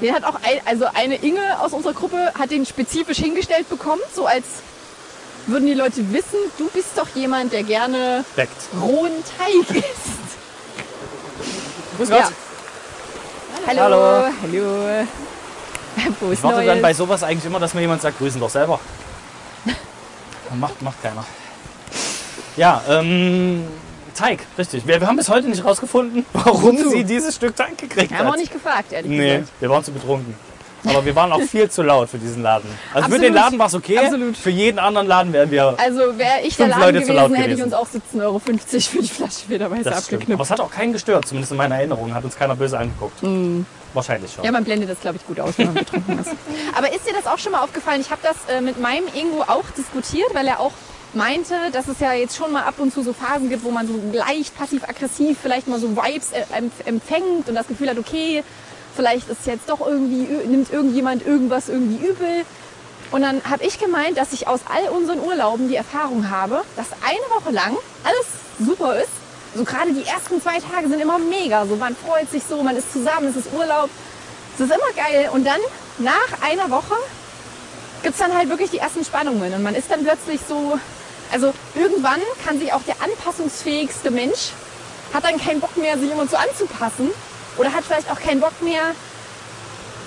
A: Den hat auch ein, also eine Inge aus unserer Gruppe hat den spezifisch hingestellt bekommen, so als würden die Leute wissen, du bist doch jemand, der gerne
B: Deckt.
A: rohen Teig isst.
B: Grüß Gott.
A: Ja. Hallo.
B: Hallo.
A: Hallo. Frohes
B: Ich warte
A: Neues.
B: dann bei sowas eigentlich immer, dass mir jemand sagt, grüßen doch selber. Macht, macht keiner. Ja, ähm, Teig, richtig. Wir, wir haben bis heute nicht rausgefunden, warum sie dieses Stück Teig gekriegt
A: wir
B: hat.
A: haben auch nicht gefragt, ehrlich
B: nee,
A: gesagt.
B: wir waren zu betrunken. Aber wir waren auch viel zu laut für diesen Laden. Also für den
A: Absolut.
B: Laden war es okay,
A: Absolut.
B: für jeden anderen Laden wären wir...
A: Also wäre ich der
B: Fünf
A: Laden
B: Leute zu
A: gewesen,
B: laut
A: hätte ich
B: gewesen.
A: uns auch 17,50 Euro für die Flasche
B: Das
A: Federweiße
B: stimmt. Aber
A: abgeknüpft.
B: es hat auch keinen gestört, zumindest in meiner Erinnerung hat uns keiner böse angeguckt. Wahrscheinlich schon.
A: Mm. Ja, man blendet das, glaube ich, gut aus, wenn man betrunken ist. Aber ist dir das auch schon mal aufgefallen? Ich habe das äh, mit meinem Ingo auch diskutiert, weil er auch meinte, dass es ja jetzt schon mal ab und zu so Phasen gibt, wo man so leicht passiv-aggressiv vielleicht mal so Vibes äh, empf- empfängt und das Gefühl hat, okay, vielleicht ist jetzt doch irgendwie, ü- nimmt irgendjemand irgendwas irgendwie übel. Und dann habe ich gemeint, dass ich aus all unseren Urlauben die Erfahrung habe, dass eine Woche lang alles super ist. So gerade die ersten zwei Tage sind immer mega. So man freut sich so, man ist zusammen, es ist Urlaub. Es ist immer geil. Und dann nach einer Woche gibt's dann halt wirklich die ersten Spannungen. Und man ist dann plötzlich so. Also irgendwann kann sich auch der anpassungsfähigste Mensch hat dann keinen Bock mehr, sich immer so anzupassen. Oder hat vielleicht auch keinen Bock mehr,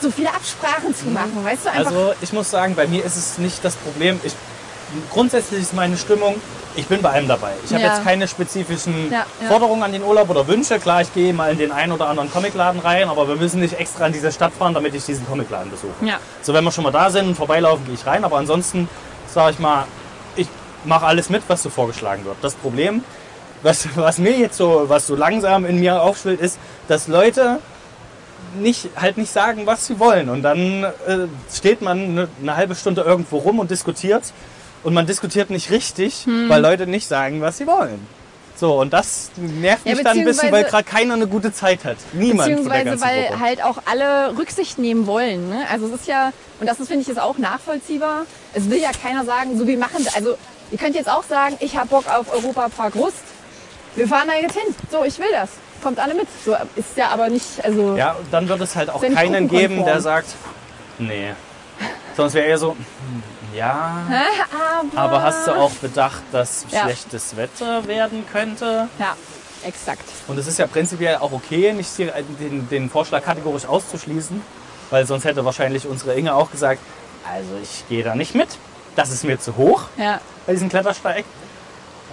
A: so viele Absprachen zu machen. Weißt du, einfach.
B: Also ich muss sagen, bei mir ist es nicht das Problem. Ich, grundsätzlich ist meine Stimmung, ich bin bei allem dabei. Ich habe
A: Ja.
B: jetzt keine spezifischen
A: Ja, ja.
B: Forderungen an den Urlaub oder Wünsche. Klar, ich gehe mal in den einen oder anderen Comicladen rein, aber wir müssen nicht extra in diese Stadt fahren, damit ich diesen Comicladen besuche.
A: ja.
B: So, wenn wir schon mal da sind und vorbeilaufen, gehe ich rein. Aber ansonsten sage ich mal, ich mache alles mit, was so vorgeschlagen wird. Das Problem, was, was mir jetzt so, was so langsam in mir aufschwillt, ist, dass Leute nicht, halt nicht sagen, was sie wollen. Und dann äh, steht man eine, eine halbe Stunde irgendwo rum und diskutiert. Und man diskutiert nicht richtig,
A: Hm.
B: weil Leute nicht sagen, was sie wollen. So, und das nervt
A: Ja,
B: mich dann ein bisschen, weil
A: beziehungsweise-
B: gerade keiner eine gute Zeit hat. Niemand von der
A: Beziehungsweise
B: ganzen
A: weil
B: Gruppe.
A: halt auch alle Rücksicht nehmen wollen. Ne? Also es ist ja, und das ist, finde ich, ist auch nachvollziehbar. Es will ja keiner sagen, so wir machen, also ihr könnt jetzt auch sagen, ich habe Bock auf Europa Park Rust. Wir fahren da jetzt hin. So, ich will das. Kommt alle mit. So ist ja aber nicht, also
B: Ja, und dann wird es halt auch
A: Sind
B: keinen
A: gruppenkonform.
B: geben, der sagt, nee. Sonst wäre eher so, "Hm, ja,
A: aber,
B: aber hast du auch bedacht, dass
A: Ja.
B: schlechtes Wetter werden könnte?
A: ja, exakt.
B: Und es ist ja prinzipiell auch okay, nicht die- den, den Vorschlag kategorisch auszuschließen, weil sonst hätte wahrscheinlich unsere Inge auch gesagt, also ich gehe da nicht mit, das ist mir zu hoch
A: Ja.
B: bei diesem Klettersteig.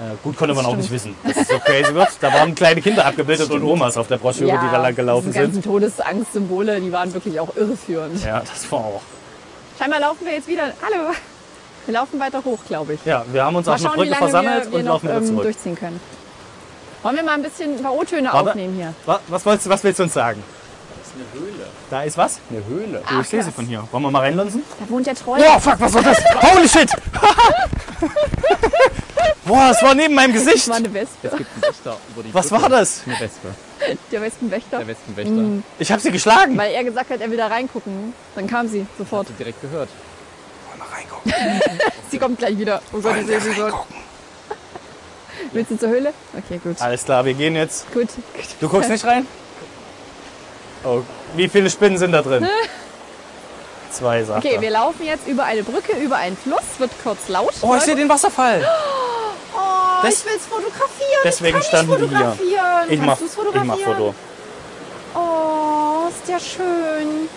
B: Äh, gut, konnte man auch
A: stimmt.
B: nicht wissen, dass es so crazy wird. Da waren kleine Kinder abgebildet und Omas auf der Broschüre, die da lang gelaufen
A: diese ganzen
B: sind.
A: Todesangstsymbole, die waren wirklich auch irreführend.
B: Ja, das war auch.
A: Scheinbar laufen wir jetzt wieder. Hallo. Wir laufen weiter hoch, glaube ich.
B: Ja, wir haben uns
A: Mal
B: auf eine
A: schauen, wie
B: Brücke
A: lange
B: versammelt
A: wir, wir
B: und
A: noch
B: laufen wieder
A: ähm,
B: zurück.
A: durchziehen können. Wollen wir mal ein bisschen ein paar O-Töne
B: Warte.
A: aufnehmen hier?
B: Wa- Was, wolltest du, was willst du uns sagen?
D: Das ist eine Höhle.
B: Da ist was? Ah,
D: Eine Höhle?
B: ich sehe sie von hier. Wollen wir mal reinlunzen?
A: Da wohnt der Troll.
B: Oh, fuck, was war das? Holy shit! Boah, das war neben meinem Gesicht.
A: Das war eine Wespe.
D: Es gibt einen Wächter über die
B: Was
D: Brücke.
B: war das?
D: Eine Wespe.
A: Der Wespenwächter.
D: Der Wespenwächter.
B: Ich habe sie geschlagen.
A: Weil er gesagt hat, er will da reingucken. Dann kam sie sofort.
D: Hast du direkt gehört.
A: Sie kommt gleich wieder. Oh Gott, ich sehe sie so. Willst du zur Höhle? Okay, gut.
B: Alles klar, wir gehen jetzt.
A: Gut.
B: Du guckst nicht rein? Oh, wie viele Spinnen sind da drin? Zwei, sagt
A: Okay,
B: er.
A: wir laufen jetzt über eine Brücke, über einen Fluss. Wird kurz laut.
B: Oh, ich sehe den Wasserfall.
A: Oh,
B: Das-
A: ich will's fotografieren.
B: deswegen
A: ich kann
B: standen
A: nicht
B: die hier.
A: fotografieren.
B: Ich mach,
A: Kannst du's
B: ich
A: fotografieren?
B: mach Foto.
A: Oh, ist ja schön.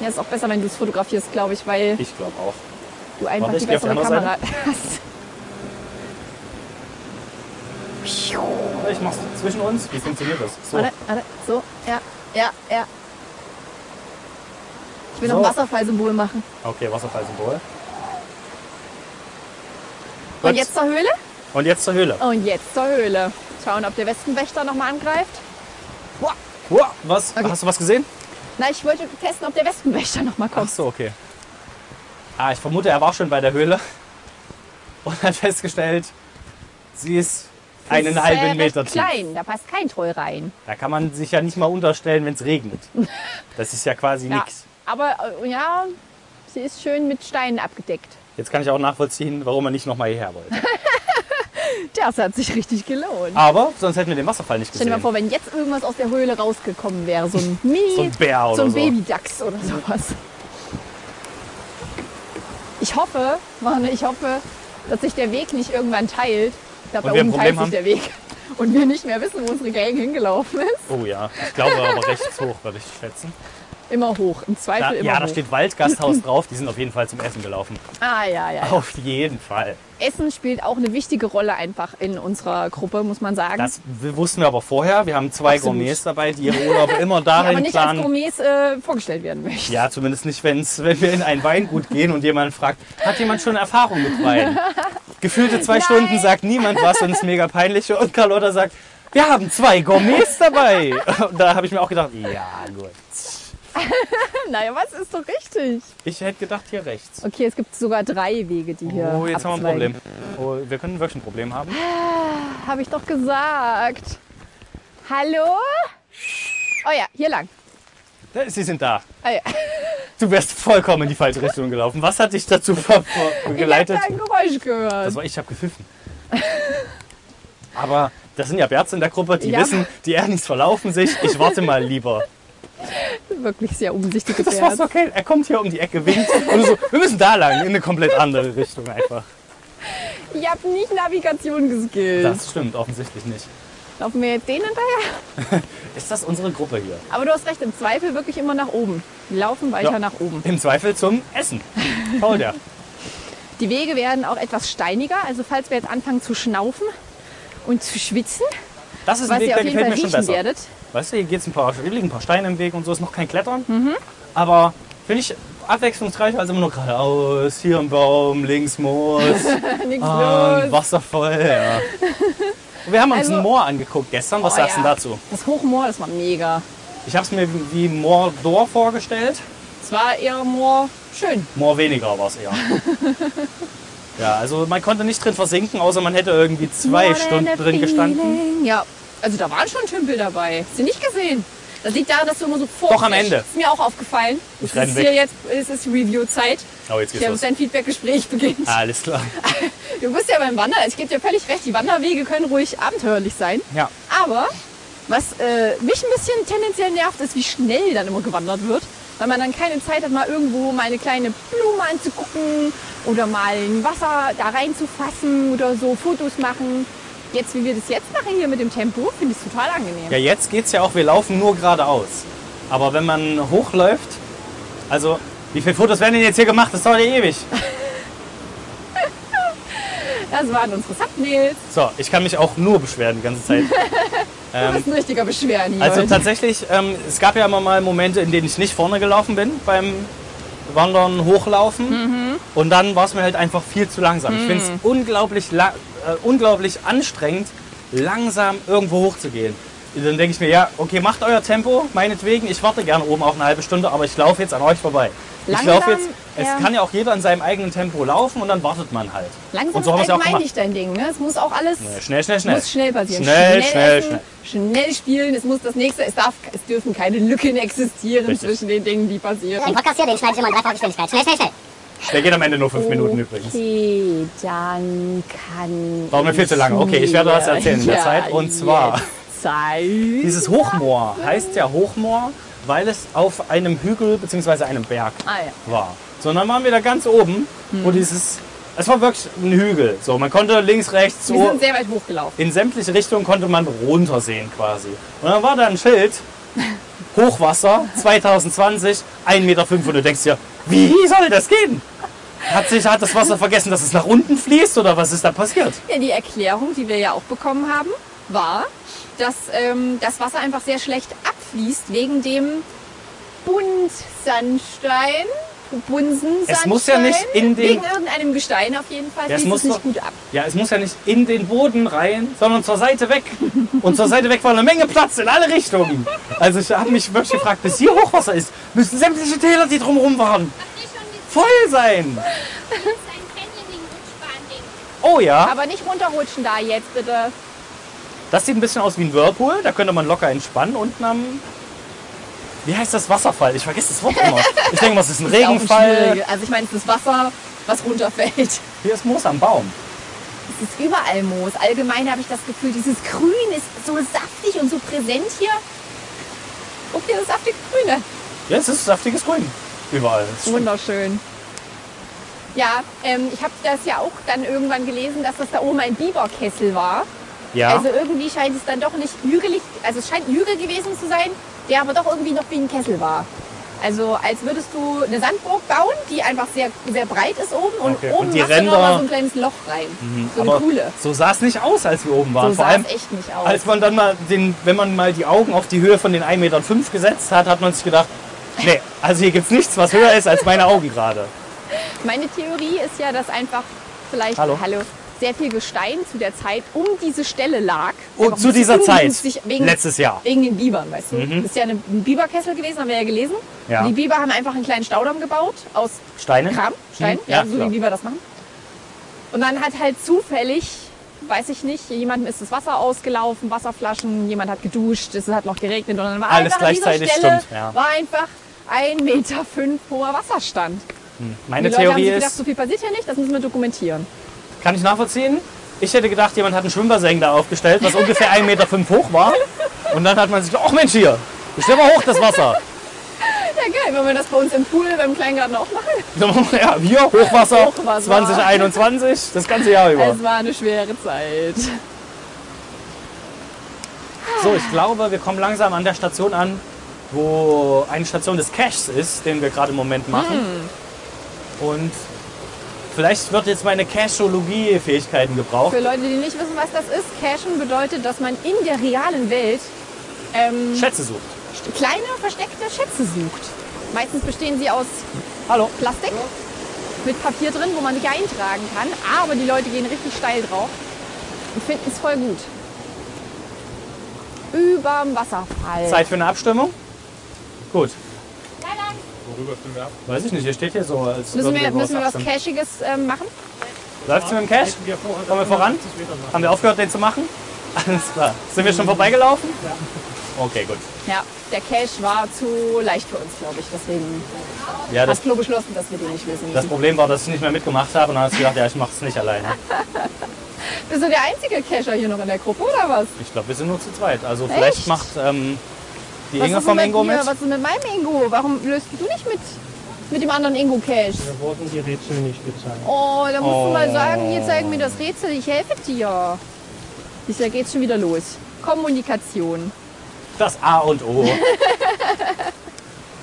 A: Ja, ist auch besser, wenn du es fotografierst, glaube ich, weil
B: Ich glaube auch.
A: du einfach
B: Warte,
A: die
B: ich geh auf die
A: bessere
B: andere
A: Kamera hast.
B: Ich mach's zwischen uns. Wie funktioniert das? So.
A: Warte, warte, so, ja, ja, ja. Ich will
B: So.
A: noch ein Wasserfallsymbol machen.
B: Okay, Wasserfallsymbol.
A: Und
B: Gut.
A: jetzt zur Höhle?
B: Und jetzt zur Höhle.
A: Und jetzt zur Höhle. Schauen, ob der Westenwächter nochmal angreift.
B: Wow, was?
A: Okay.
B: Hast du was gesehen?
A: Na, ich wollte testen, ob der Westenwächter nochmal
B: Ach
A: kommt.
B: so, okay. Ah, ich vermute, er war schon bei der Höhle und hat festgestellt, sie ist einen
A: Das ist, äh,
B: halben
A: recht
B: Meter tief.
A: klein, da passt kein Troll rein.
B: Da kann man sich ja nicht mal unterstellen, wenn es regnet. Das ist ja quasi
A: Ja.
B: nichts.
A: Aber äh, ja, sie ist schön mit Steinen abgedeckt.
B: Jetzt kann ich auch nachvollziehen, warum er nicht nochmal hierher wollte.
A: Das hat sich richtig gelohnt.
B: Aber sonst hätten wir den Wasserfall nicht
A: Stell
B: gesehen.
A: dir mal vor, wenn jetzt irgendwas aus der Höhle rausgekommen wäre, so ein
B: so ein Bär oder
A: so ein
B: so.
A: Babydachs oder sowas. Ich hoffe, Mann, ich hoffe, dass sich der Weg nicht irgendwann teilt. Ich glaube,
B: Und
A: da
B: wir ein
A: oben
B: Problem
A: teilt
B: haben?
A: sich der Weg. Und wir nicht mehr wissen, wo unsere Gang hingelaufen ist.
B: Oh ja, ich glaube aber rechts hoch, würde ich schätzen.
A: Immer hoch, im Zweifel
B: Da,
A: immer
B: ja,
A: hoch.
B: da steht Waldgasthaus drauf. Die sind auf jeden Fall zum Essen gelaufen.
A: Ah, ja, ja. ja.
B: Auf jeden Fall.
A: Essen spielt auch eine wichtige Rolle einfach in unserer Gruppe, muss man sagen.
B: Das w- wussten wir aber vorher. Wir haben zwei
A: Absolut.
B: Gourmets dabei, die ihre Urlaube immer
A: Die aber
B: darin
A: nicht als
B: planen.
A: Gourmets äh, vorgestellt werden möchten.
B: Ja, zumindest nicht, wenn's, wenn wir in ein Weingut gehen und jemand fragt, hat jemand schon Erfahrung mit Wein? Gefühlte zwei Stunden sagt niemand was und ist mega peinlich. Und Carlotta sagt, wir haben zwei Gourmets dabei. Und da habe ich mir auch gedacht, ja gut.
A: Naja, was ist doch richtig?
B: Ich hätte gedacht, hier rechts.
A: Okay, es gibt sogar drei Wege, die hier
B: Oh, jetzt haben wir ein Problem.
A: abzweigen.
B: Oh, wir können wirklich ein Problem haben.
A: Habe ich doch gesagt. Hallo? Oh ja, hier lang.
B: Äh, Sie sind da.
A: Ah, ja.
B: Du wärst vollkommen in die falsche Richtung gelaufen. Was hat dich dazu ver ver
A: Ich habe
B: geleitet?
A: da ein Geräusch gehört.
B: Das war ich, habe gepfiffen. Aber das sind ja Bärts in der Gruppe, die
A: Ja.
B: wissen, die Ernis verlaufen sich. Ich warte mal lieber.
A: wirklich sehr umsichtige
B: Das war's
A: Bären.
B: okay. Er kommt hier um die Ecke, winkt und so. Wir müssen da lang, in eine komplett andere Richtung einfach.
A: Ich habe nicht Navigation geskillt.
B: Das stimmt offensichtlich nicht.
A: Laufen wir jetzt den hinterher?
B: Ist das unsere Gruppe hier?
A: Aber du hast recht, im Zweifel wirklich immer nach oben. Wir laufen weiter
B: Ja.
A: nach oben.
B: Im Zweifel zum Essen. Paul, der.
A: Die Wege werden auch etwas steiniger. Also falls wir jetzt anfangen zu schnaufen und zu schwitzen,
B: Das ist ein
A: was
B: Weg,
A: ihr
B: der
A: auf jeden
B: gefällt
A: Fall
B: mir schon
A: riechen
B: besser.
A: werdet.
B: Weißt du, hier geht's ein paar, hier liegen ein paar Steine im Weg und so, ist noch kein Klettern.
A: Mhm.
B: Aber finde ich abwechslungsreicher als immer nur geradeaus, hier ein Baum, links Moos,
A: Nichts
B: ah,
A: los.
B: ein Wasserfall. Ja. Und wir haben uns
A: Also-
B: ein Moor angeguckt gestern. Was
A: Oh,
B: sagst du
A: ja.
B: dazu?
A: Das Hochmoor, das war mega.
B: Ich habe es mir wie Moordor vorgestellt.
A: Es war eher Moor schön.
B: Moor weniger war es eher. ja, also man konnte nicht drin versinken, außer man hätte irgendwie zwei
A: More than a
B: Stunden drin gestanden.
A: feeling. Ja, also da waren schon Tümpel dabei. Hast du nicht gesehen? Das liegt daran, dass du immer so vor.
B: am Ende.
A: Ist mir auch aufgefallen.
B: Ich
A: Es
B: renn
A: ist
B: weg.
A: hier jetzt, es ist Review-Zeit.
B: Oh, jetzt geht's
A: Ja,
B: los.
A: bis ein Feedback-Gespräch beginnt.
B: Alles klar.
A: Du bist ja beim Wandern, ich gebe dir völlig recht, die Wanderwege können ruhig abenteuerlich sein.
B: Ja.
A: Aber was äh, mich ein bisschen tendenziell nervt, ist, wie schnell dann immer gewandert wird. Weil man dann keine Zeit hat, mal irgendwo mal eine kleine Blume anzugucken oder mal ein Wasser da reinzufassen oder so Fotos machen. Jetzt, wie wir das jetzt machen hier mit dem Tempo, finde ich es total angenehm.
B: Ja, jetzt geht's ja auch, wir laufen nur geradeaus. Aber wenn man hochläuft, also wie viele Fotos werden denn jetzt hier gemacht? Das dauert ja ewig.
A: Das waren unsere Thumbnails.
B: So, ich kann mich auch nur beschweren die ganze Zeit. Ähm,
A: Das ist ein richtiger Beschweren hier.
B: Also
A: heute.
B: tatsächlich, ähm, es gab ja immer mal Momente, in denen ich nicht vorne gelaufen bin beim Wandern, Hochlaufen.
A: Mhm.
B: Und dann war es mir halt einfach viel zu langsam. Ich finde es unglaublich, la- äh, unglaublich anstrengend, langsam irgendwo hochzugehen. Dann denke ich mir, ja, okay, macht euer Tempo, meinetwegen. Ich warte gerne oben auch eine halbe Stunde, aber ich laufe jetzt an euch vorbei. ich
A: Langsam,
B: laufe jetzt, es
A: ja.
B: kann ja auch jeder in seinem eigenen Tempo laufen und dann wartet man halt.
A: Langsam
B: und so haben wir
A: ist
B: es ja auch
A: allgemein
B: gemacht.
A: nicht dein Ding. Ne? Es muss auch alles
B: Schnell, schnell, schnell.
A: muss schnell passieren.
B: Schnell, schnell,
A: essen, schnell. spielen, es muss das nächste, es darf, es dürfen keine Lücken existieren
B: Richtig.
A: zwischen den Dingen, die passieren.
G: Im Podcast hier, den schneide ich immer in dreifacher Geschwindigkeit. Schnell, schnell, schnell.
B: Der geht am Ende nur fünf Minuten übrigens.
A: Okay, dann kann.
B: Dauert mir viel zu lange. Okay, ich werde was erzählen in der
A: Ja,
B: Zeit. Und zwar-
A: jetzt Zeit.
B: Dieses Hochmoor heißt ja Hochmoor, weil es auf einem Hügel bzw. einem Berg
A: Ah, ja. Hm.
B: war. Sondern waren wir da ganz oben, wo dieses Es war wirklich ein Hügel. So, man konnte links, rechts,
A: Wir
B: so
A: sind sehr weit hochgelaufen.
B: in sämtliche Richtungen konnte man runtersehen quasi. Und dann war da ein Schild, Hochwasser 2020, 1,5 Meter. Und du denkst dir, wie soll das gehen? Hat, sich, hat das Wasser vergessen, dass es nach unten fließt oder was ist da passiert?
A: Ja, die Erklärung, die wir ja auch bekommen haben, war, dass ähm, das Wasser einfach sehr schlecht abfließt wegen dem Buntsandstein. Bunsen-Sandstein.
B: Es muss ja nicht in den-
A: Wegen irgendeinem Gestein auf jeden Fall
B: Ja, es
A: fließt
B: muss
A: es nicht
B: doch-
A: gut ab.
B: Ja, es muss ja nicht in den Boden rein, sondern zur Seite weg. Und zur Seite weg war eine Menge Platz in alle Richtungen. Also ich habe mich wirklich gefragt, bis hier Hochwasser ist, müssen sämtliche Täler, die drumherum waren,
F: Habt ihr schon gesehen,
B: voll sein.
F: dass ein Canyoning rutschbahn ding
B: Oh ja,
A: Aber nicht runterrutschen da jetzt bitte.
B: das sieht ein bisschen aus wie ein Whirlpool. Da könnte man locker entspannen unten am... Wie heißt das Wasserfall? Ich vergesse das Wort immer. Ich denke mal, es ist ein
A: Ist auch ein
B: Regenfall.
A: schwieriges- Also ich meine, es ist Wasser, was runterfällt.
B: Hier ist Moos am Baum.
A: Es ist überall Moos. Allgemein habe ich das Gefühl, dieses Grün ist so saftig und so präsent hier. Guck dir das saftige Grüne.
B: Ja, es ist saftiges Grün. Überall. Das stimmt.
A: Wunderschön. Ja, ähm, ich habe das ja auch dann irgendwann gelesen, dass das da oben ein Biberkessel war.
B: Ja.
A: Also irgendwie scheint es dann doch nicht hügelig, also es scheint ein Hügel gewesen zu sein, der aber doch irgendwie noch wie ein Kessel war. Also als würdest du eine Sandburg bauen, die einfach sehr, sehr breit ist oben und
B: Okay.
A: oben
B: Und die
A: machst du
B: Ränder-
A: noch
B: Mhm.
A: mal so ein kleines Loch rein. So eine
B: Aber
A: coole.
B: so sah es nicht aus, als wir oben waren.
A: So
B: Vor
A: sah
B: allem,
A: es echt nicht aus.
B: Als man dann mal den, wenn man mal die Augen auf die Höhe von den 1,5 Meter gesetzt hat, hat man sich gedacht, nee, also hier gibt's nichts, was höher ist als meine Augen gerade.
A: Meine Theorie ist ja, dass einfach vielleicht
B: Hallo.
A: sehr viel Gestein zu der Zeit um diese Stelle lag. Einfach
B: Und Oh, zu
A: ein bisschen
B: dieser Zeit,
A: ungünstig wegen,
B: letztes Jahr. Mhm.
A: wegen den Bibern, weißt du. Das ist ja eine- ein Biberkessel gewesen, haben wir ja gelesen.
B: Ja.
A: Die Biber haben einfach einen kleinen Staudamm gebaut aus
B: Steine?
A: Kram,
B: Hm,
A: Stein, ja,
B: ja,
A: so
B: klar.
A: Also wie Biber das machen. Und dann hat halt zufällig, weiß ich nicht, jemandem ist das Wasser ausgelaufen, Wasserflaschen, jemand hat geduscht, es hat noch geregnet und dann war
B: Alles
A: einfach an dieser
B: gleichzeitig,
A: Stelle
B: stimmt, ja.
A: war einfach 1,5 Meter fünf hoher Wasserstand.
B: Meine
A: die Leute haben
B: Theorie
A: sich gedacht,
B: ist,
A: so viel passiert hier nicht, das müssen wir dokumentieren.
B: kann ich nachvollziehen? Ich hätte gedacht, jemand hat ein Schwimmbasseng da aufgestellt, was ungefähr 1,5 Meter hoch war. Und dann hat man sich gedacht, ach Mensch hier, ich stelle mal hoch das Wasser.
A: Ja geil, wenn wir das bei uns im Pool beim Kleingarten auch machen.
B: Ja, wir, Hochwasser,
A: Hochwasser.
B: 2021, das ganze Jahr über.
A: Es war eine schwere Zeit.
B: So, ich glaube, wir kommen langsam an der Station an, wo eine Station des Caches ist, den wir gerade im Moment machen. Und vielleicht wird jetzt meine Cacheologie-Fähigkeiten gebraucht.
A: Für Leute, die nicht wissen, was das ist, Cashen bedeutet, dass man in der realen Welt ähm,
B: Schätze sucht.
A: kleine versteckte Schätze sucht. Meistens bestehen sie aus
B: Hallo.
A: Plastik mit Papier drin, wo man sich eintragen kann. Aber die Leute gehen richtig steil drauf und finden es voll gut. Überm Wasserfall.
B: Zeit für eine Abstimmung? Gut.
F: Ja, dann
D: Worüber stimmen wir ab?
B: Weiß ich nicht, hier steht hier so, als
A: müssen
B: würden
A: wir,
B: über
A: müssen wir was
B: abstimmen.
A: Cashiges ähm, machen?
B: Läuft's mit dem Cache?
E: Hätten wir vorher
B: Kommen wir voran?
E: 50 Meter machen.
B: Haben wir aufgehört, den zu machen? Alles klar. Sind wir schon vorbeigelaufen? Ja. Okay, gut.
A: Ja, der Cash war zu leicht für uns, glaube ich. Deswegen
B: Ja, das
A: hat Flo beschlossen, dass wir den nicht lösen
B: das
A: müssen.
B: Problem war, dass ich nicht mehr mitgemacht habe und dann habe ich gedacht, ja, ich mache es nicht alleine.
A: Bist du der einzige Casher hier noch in der Gruppe, oder was?
B: Ich glaube, wir sind nur zu zweit. Also vielleicht
A: Echt?
B: macht ähm, die Inge
A: was ist denn
B: vom
A: mit
B: Ingo
A: mir?
B: mit.
A: Was ist denn mit meinem Ingo? Warum löst du nicht mit, mit dem anderen Ingo Cash?
E: Wir wurden die Rätsel nicht gezeigt.
A: Oh, da musst du mal
B: Oh.
A: sagen, hier zeigen mir das Rätsel, ich helfe dir. Bisher geht's schon wieder los. Kommunikation.
B: Das A und O.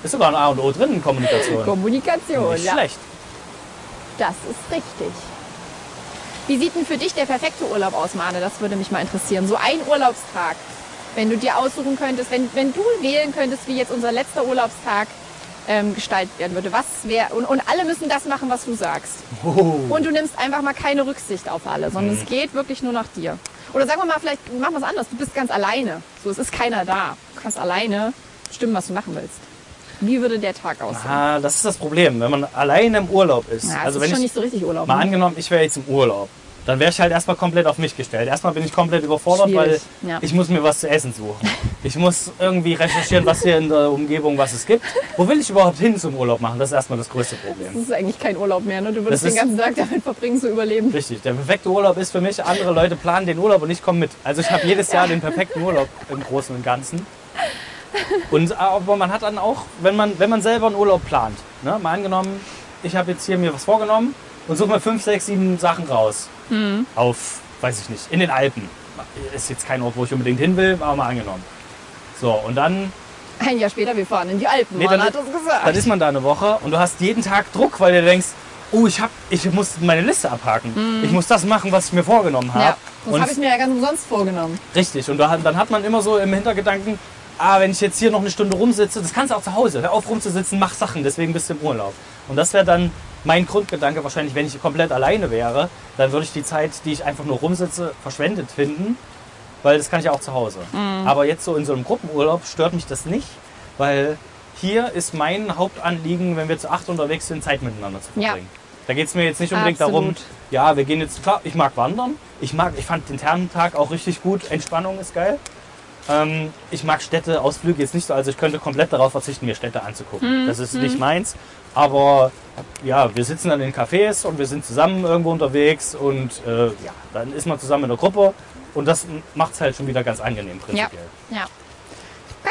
B: ist sogar ein A und O drin in Kommunikation.
A: Kommunikation,
B: Nicht
A: ja.
B: schlecht.
A: Das ist richtig. Wie sieht denn für dich der perfekte Urlaub aus, Mane? Das würde mich mal interessieren. So ein Urlaubstag, wenn du dir aussuchen könntest, wenn, wenn du wählen könntest, wie jetzt unser letzter Urlaubstag ähm, gestaltet werden würde. Was wäre und, und alle müssen das machen, was du sagst.
B: Oh.
A: Und du nimmst einfach mal keine Rücksicht auf alle, sondern
B: Mhm.
A: es geht wirklich nur nach dir. Oder sagen wir mal, vielleicht machen wir es anders. Du bist ganz alleine. So, es ist keiner da. Du kannst alleine bestimmen, was du machen willst. Wie würde der Tag aussehen?
B: Ah, das ist das Problem, wenn man alleine im Urlaub ist.
A: Ja, das
B: also
A: ist
B: wenn
A: schon
B: ich
A: nicht so richtig Urlaub.
B: mal
A: ne?
B: angenommen, ich wäre jetzt im Urlaub, dann wäre ich halt erstmal komplett auf mich gestellt. Erstmal bin ich komplett überfordert,
A: Schwierig,
B: weil
A: ja.
B: ich muss mir was zu essen suchen. Ich muss irgendwie recherchieren, was hier in der Umgebung was es gibt. Wo will ich überhaupt hin zum Urlaub machen? Das ist erstmal das größte Problem.
A: Das ist eigentlich kein Urlaub mehr, ne? Du würdest
B: Das
A: den
B: ist-
A: ganzen Tag damit verbringen zu überleben.
B: Richtig, der perfekte Urlaub ist für mich, andere Leute planen den Urlaub und ich komme mit. Also ich habe jedes Jahr den perfekten Urlaub im Großen und Ganzen. Und äh, aber man hat dann auch, wenn man, wenn man selber einen Urlaub plant, ne, mal angenommen, ich habe jetzt hier mir was vorgenommen und suche mir fünf, sechs, sieben Sachen raus.
A: Mhm.
B: Auf, weiß ich nicht, in den Alpen. Ist jetzt kein Ort, wo ich unbedingt hin will, aber mal angenommen. So, und dann
A: Ein Jahr später, wir fahren in die Alpen.
B: Nee,
A: Man
B: dann-
A: hat das gesagt.
B: dann ist man da eine Woche und du hast jeden Tag Druck, weil du denkst, oh, ich, hab, ich muss meine Liste abhaken. Ich muss das machen, was ich mir vorgenommen habe.
A: Mhm. ja, das
B: und
A: habe ich mir ja ganz umsonst vorgenommen.
B: richtig. Und da, hat- dann hat man immer so im Hintergedanken, ah, wenn ich jetzt hier noch eine Stunde rumsitze, das kannst du auch zu Hause. Hör auf rumzusitzen, mach Sachen, deswegen bist du im Urlaub. Und das wäre dann mein Grundgedanke wahrscheinlich, wenn ich komplett alleine wäre, dann würde ich die Zeit, die ich einfach nur rumsitze, verschwendet finden, weil das kann ich auch zu Hause.
A: Mhm.
B: Aber jetzt so in so einem Gruppenurlaub stört mich das nicht, weil hier ist mein Hauptanliegen, wenn wir zu acht unterwegs sind, Zeit miteinander zu
A: Ja.
B: verbringen. Da geht es mir jetzt nicht unbedingt darum,
A: Absolut.
B: ja, wir gehen jetzt, klar, ich mag wandern, ich mag, ich fand den Thermentag auch richtig gut, Entspannung ist geil. Ähm, ich mag Städte, Ausflüge jetzt nicht so, also ich könnte komplett darauf verzichten, mir Städte
A: Mhm,
B: anzugucken. Das ist nicht meins, aber ja, wir sitzen dann in Cafés und wir sind zusammen irgendwo unterwegs und äh, ja, dann ist man zusammen in der Gruppe und das macht es halt schon wieder ganz angenehm prinzipiell.
A: Ja.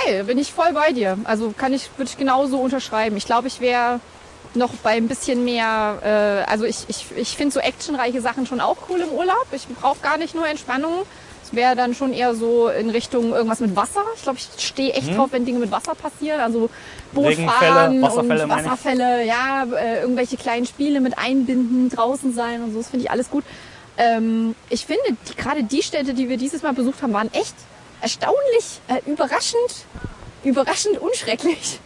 A: Geil, bin ich voll bei dir. Also kann ich, würde ich genauso unterschreiben. Ich glaube, ich wäre noch bei ein bisschen mehr, äh, also ich, ich, ich finde so actionreiche Sachen schon auch cool im Urlaub. Ich brauche gar nicht nur Entspannung. Es wäre dann schon eher so in Richtung irgendwas mit Wasser. Ich glaube, ich stehe echt drauf, wenn Dinge mit Wasser passieren. Also Bootfahren
B: Mhm. Regenfälle, Wasserfälle
A: und
B: meine ich.
A: Wasserfälle, ja, äh, irgendwelche kleinen Spiele mit einbinden, draußen sein und so. Das finde ich alles gut. Ähm, ich finde, die, gerade die Städte, die wir dieses Mal besucht haben, waren echt erstaunlich, äh, überraschend, überraschend unschrecklich.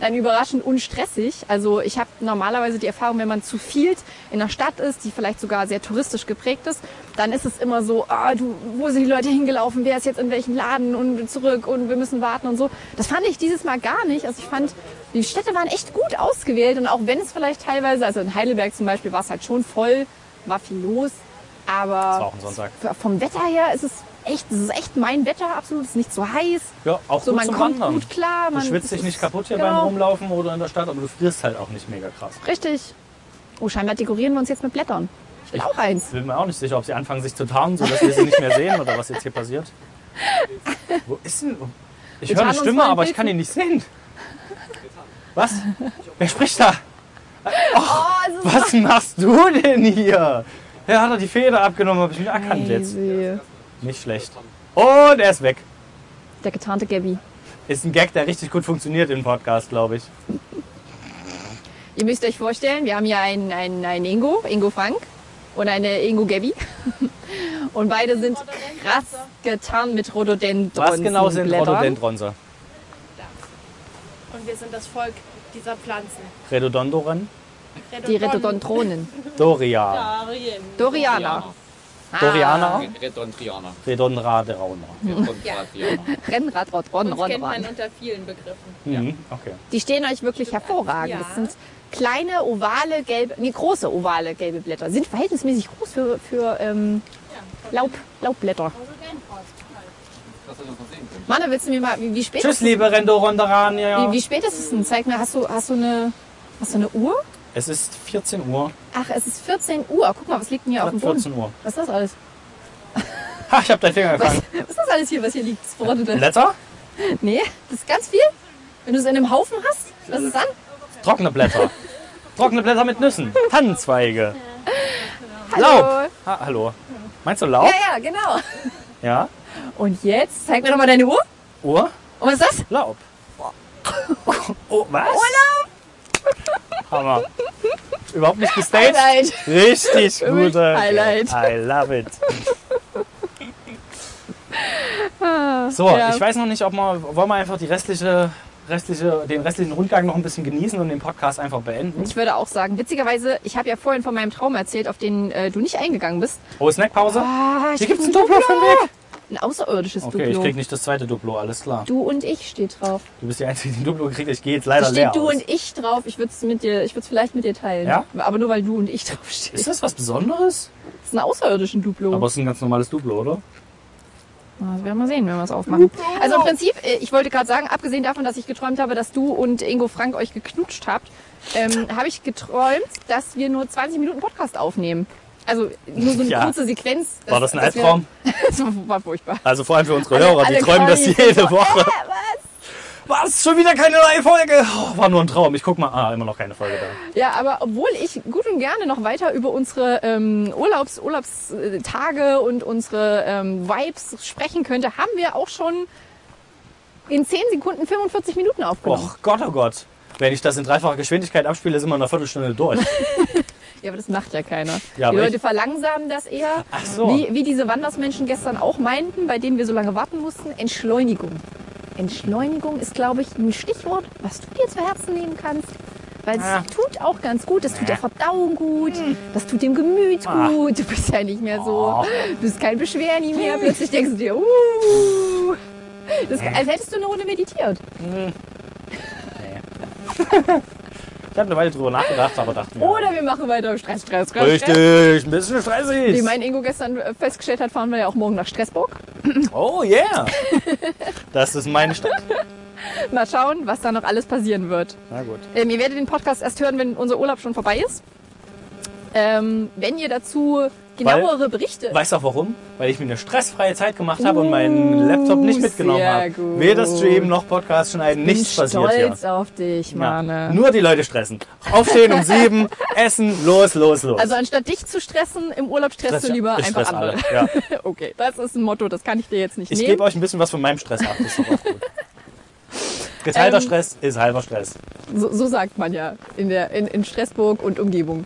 A: Dann überraschend unstressig. Also ich habe normalerweise die Erfahrung, wenn man zu viel in einer Stadt ist, die vielleicht sogar sehr touristisch geprägt ist, dann ist es immer so, ah, du, wo sind die Leute hingelaufen, wer ist jetzt in welchem Laden und zurück und wir müssen warten und so. Das fand ich dieses Mal gar nicht. Also ich fand, die Städte waren echt gut ausgewählt und auch wenn es vielleicht teilweise, also in Heidelberg zum Beispiel war es halt schon voll, war viel los,
B: Das war
A: aber
B: auch ein Sonntag.
A: vom Wetter her ist es echt, es ist echt mein Wetter absolut, es ist nicht so heiß.
B: Ja, auch
A: So,
B: gut
A: man
B: zum
A: kommt
B: Wandern.
A: gut klar.
B: Du
A: Man
B: schwitzt dich nicht kaputt hier beim
A: Genau.
B: Rumlaufen oder in der Stadt, aber du frierst halt auch nicht mega krass.
A: Richtig. Oh, scheinbar dekorieren wir uns jetzt mit Blättern. Ich will auch eins.
B: Ich bin mir auch nicht sicher, ob sie anfangen, sich zu tarnen, sodass wir sie nicht mehr sehen oder was jetzt hier passiert. Wo ist denn. Ich
A: Wir
B: höre eine
A: tarnen uns vor
B: Stimme,
A: den
B: aber ich kann ihn nicht sehen. Was? Wer spricht da?
A: Oh, es ist
B: Was machst du denn hier? Ja, hat er die Feder abgenommen, habe ich mich erkannt jetzt.
A: Crazy.
B: Nicht schlecht. Und er ist weg.
A: Der getarnte Gabby.
B: Ist ein Gag, der richtig gut funktioniert im Podcast, glaube ich.
A: Ihr müsst euch vorstellen, wir haben hier einen, einen, einen Ingo, Ingo Frank und eine Ingo Gabby. Und beide sind krass getarnt mit Rhododendron.
B: Was genau sind Rhododendronse?
H: Und wir sind das Volk dieser Pflanzen.
B: Redodondoren?
A: Die Rhododendronen.
B: Doria.
A: Ah.
H: Arien.
A: Doriana.
B: Doriana?
D: Redontrianer.
B: Redonraderauna.
D: Redontrianer.
A: Rennradrodron,
H: Uns kennt man
A: Rodron.
H: unter vielen Begriffen.
B: Mhm, okay.
A: Die stehen euch wirklich hervorragend.
H: Ja.
A: Das sind kleine, ovale, gelbe, nee, große, ovale, gelbe Blätter. Sind verhältnismäßig groß für, für ähm, Laub, Laubblätter. Mann, willst du mir mal, wie, wie spät
B: Tschüss,
A: ist
B: liebe Rendoronderania.
A: wie, wie spät ist es denn? Zeig mir, hast du, hast du eine, hast du eine Uhr?
B: Es ist 14 Uhr.
A: Ach, es ist 14 Uhr. Guck mal, was liegt denn hier auf dem Boden?
B: 14 Uhr.
A: Was ist das alles?
B: Ha, ich hab deinen Finger
A: Was,
B: gefangen.
A: was ist das alles hier, was hier liegt? Das verrottete.
B: Blätter?
A: Nee, das ist ganz viel. Wenn du es in einem Haufen hast, was ist dann?
B: Trockene Blätter. Trockene Blätter mit Nüssen. Tannenzweige.
A: Hallo.
B: Laub. Ha, hallo. Meinst du Laub?
A: Ja, ja, genau.
B: Ja.
A: Und jetzt zeig mir nochmal deine Uhr.
B: Uhr?
A: Und was ist das?
B: Laub. Oh, was? Urlaub! Hammer. Überhaupt nicht gestaged.
A: Highlight.
B: Richtig
A: mich
B: gut. okay.
A: Highlight.
B: I love it. So,
A: Ah, Ja.
B: ich weiß noch nicht, ob wir, wollen wir einfach die restliche, restliche, den restlichen Rundgang noch ein bisschen genießen und den Podcast einfach beenden.
A: Ich würde auch sagen, witzigerweise, ich habe ja vorhin von meinem Traum erzählt, auf den äh, du nicht eingegangen bist.
B: Oh, Snackpause?
A: Ah, ich
B: Hier
A: hab
B: gibt's
A: ein
B: ein Duplo auf dem Weg.
A: Ein außerirdisches
B: Okay, ich
A: Duplo.
B: krieg nicht das zweite Duplo, alles klar.
A: Du und ich steht drauf.
B: Du bist die Einzige, die ein Duplo kriegt. Ich gehe jetzt
A: Da
B: leider leer
A: steht du
B: aus.
A: und ich drauf. Ich würde es mit dir, ich würde es vielleicht mit dir teilen.
B: Ja?
A: Aber nur weil du und ich drauf stehst.
B: Ist das was Besonderes?
A: Das ist ein außerirdischen Duplo.
B: Aber es ist ein ganz normales Duplo, oder?
A: Na, Das werden wir sehen, wenn wir es aufmachen. Also im Prinzip, äh, ich wollte gerade sagen, abgesehen davon, dass ich geträumt habe, dass du und Ingo Frank euch geknutscht habt, ähm, habe ich geträumt, dass wir nur 20 Minuten Podcast aufnehmen. Also nur so eine
B: Ja.
A: kurze Sequenz.
B: War das ein
A: dass wir-
B: Albtraum?
A: Das war furchtbar.
B: Also vor allem für unsere
A: Alle-
B: Hörer, die
A: alle
B: träumen das
A: Claudis
B: jede
A: sind so,
B: Woche. Was? Schon wieder keine neue Folge? Oh, war nur ein Traum. Ich guck mal. Ah, immer noch keine Folge da.
A: Ja, aber obwohl ich gut und gerne noch weiter über unsere ähm, Urlaubs, Urlaubstage und unsere ähm, Vibes sprechen könnte, haben wir auch schon in 10 Sekunden 45 Minuten aufgenommen.
B: Och Gott, oh Gott. Wenn ich das in dreifacher Geschwindigkeit abspiele, sind wir in einer Viertelstunde durch.
A: Ja, aber das macht ja keiner.
B: Ja,
A: die
B: aber
A: Leute
B: ich-
A: verlangsamen das eher,
B: Ach so.
A: wie, wie diese Wandersmenschen gestern auch meinten, bei denen wir so lange warten mussten. Entschleunigung. Entschleunigung ist, glaube ich, ein Stichwort, was du dir zu Herzen nehmen kannst. Weil es
B: Ah. Hm.
A: tut auch ganz gut, das tut der Verdauung gut, das tut dem Gemüt
B: Ah.
A: gut. Du bist ja nicht mehr so,
B: Oh. Hm.
A: du bist kein Beschwerni mehr. Plötzlich denkst du dir, uh, das, als hättest du eine Runde meditiert.
B: Ich habe eine Weile drüber nachgedacht, aber dachte mir.
A: Oder wir machen weiter im Stress, Stress, Stress, Stress.
B: Richtig, ein bisschen stressig.
A: Wie mein Ingo gestern äh, festgestellt hat, fahren wir ja auch morgen nach Stressburg.
B: oh yeah. Das ist meine Stadt.
A: Mal schauen, was da noch alles passieren wird.
B: Na gut.
A: Ähm, ihr werdet den Podcast erst hören, wenn unser Urlaub schon vorbei ist. Ähm, wenn ihr dazu genauere Berichte.
B: Weißt du auch warum? Weil ich mir eine stressfreie Zeit gemacht habe und meinen Laptop nicht mitgenommen
A: Uh, sehr
B: habe.
A: gut.
B: Weder Stream noch Podcast schneiden,
A: bin
B: nichts passiert hier.
A: stolz auf dich,
B: Ja.
A: Mane.
B: Nur die Leute stressen. Aufstehen um sieben, essen, los, los, los.
A: Also anstatt dich zu stressen, im Urlaub stresst du lieber
B: ich
A: einfach
B: stress alle.
A: andere.
B: Ja.
A: Okay, das ist ein Motto, das kann ich dir jetzt nicht
B: Ich
A: nehmen.
B: gebe euch ein bisschen was von meinem Stress ab. Ist doch auch gut. Geteilter
A: Ähm,
B: Stress ist halber Stress.
A: So, so sagt man ja in, der, in, in Stressburg und Umgebung.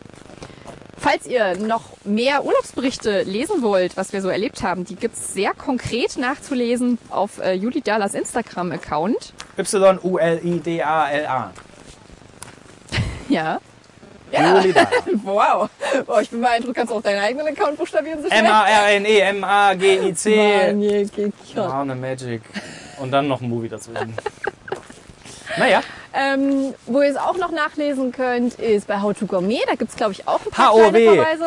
A: Falls ihr noch mehr Urlaubsberichte lesen wollt, was wir so erlebt haben, die gibt's sehr konkret nachzulesen auf äh, Juli Dahlas Instagram-Account.
B: Y-U-L-I-D-A-L-A.
A: Ja.
B: Juli Dahler.
A: Wow. Boah, ich bin beeindruckt, kannst du auch deinen eigenen Account buchstabieren so
B: M-A-R-N-E, M-A-G-I-C.
A: Mann, hier geht ja.
B: Brown and Magic. Und dann noch ein Movie dazwischen. naja.
A: ähm, Wo ihr es auch noch nachlesen könnt, ist bei How to Gourmet. Da gibt's glaube ich, auch ein paar kleine Verweise.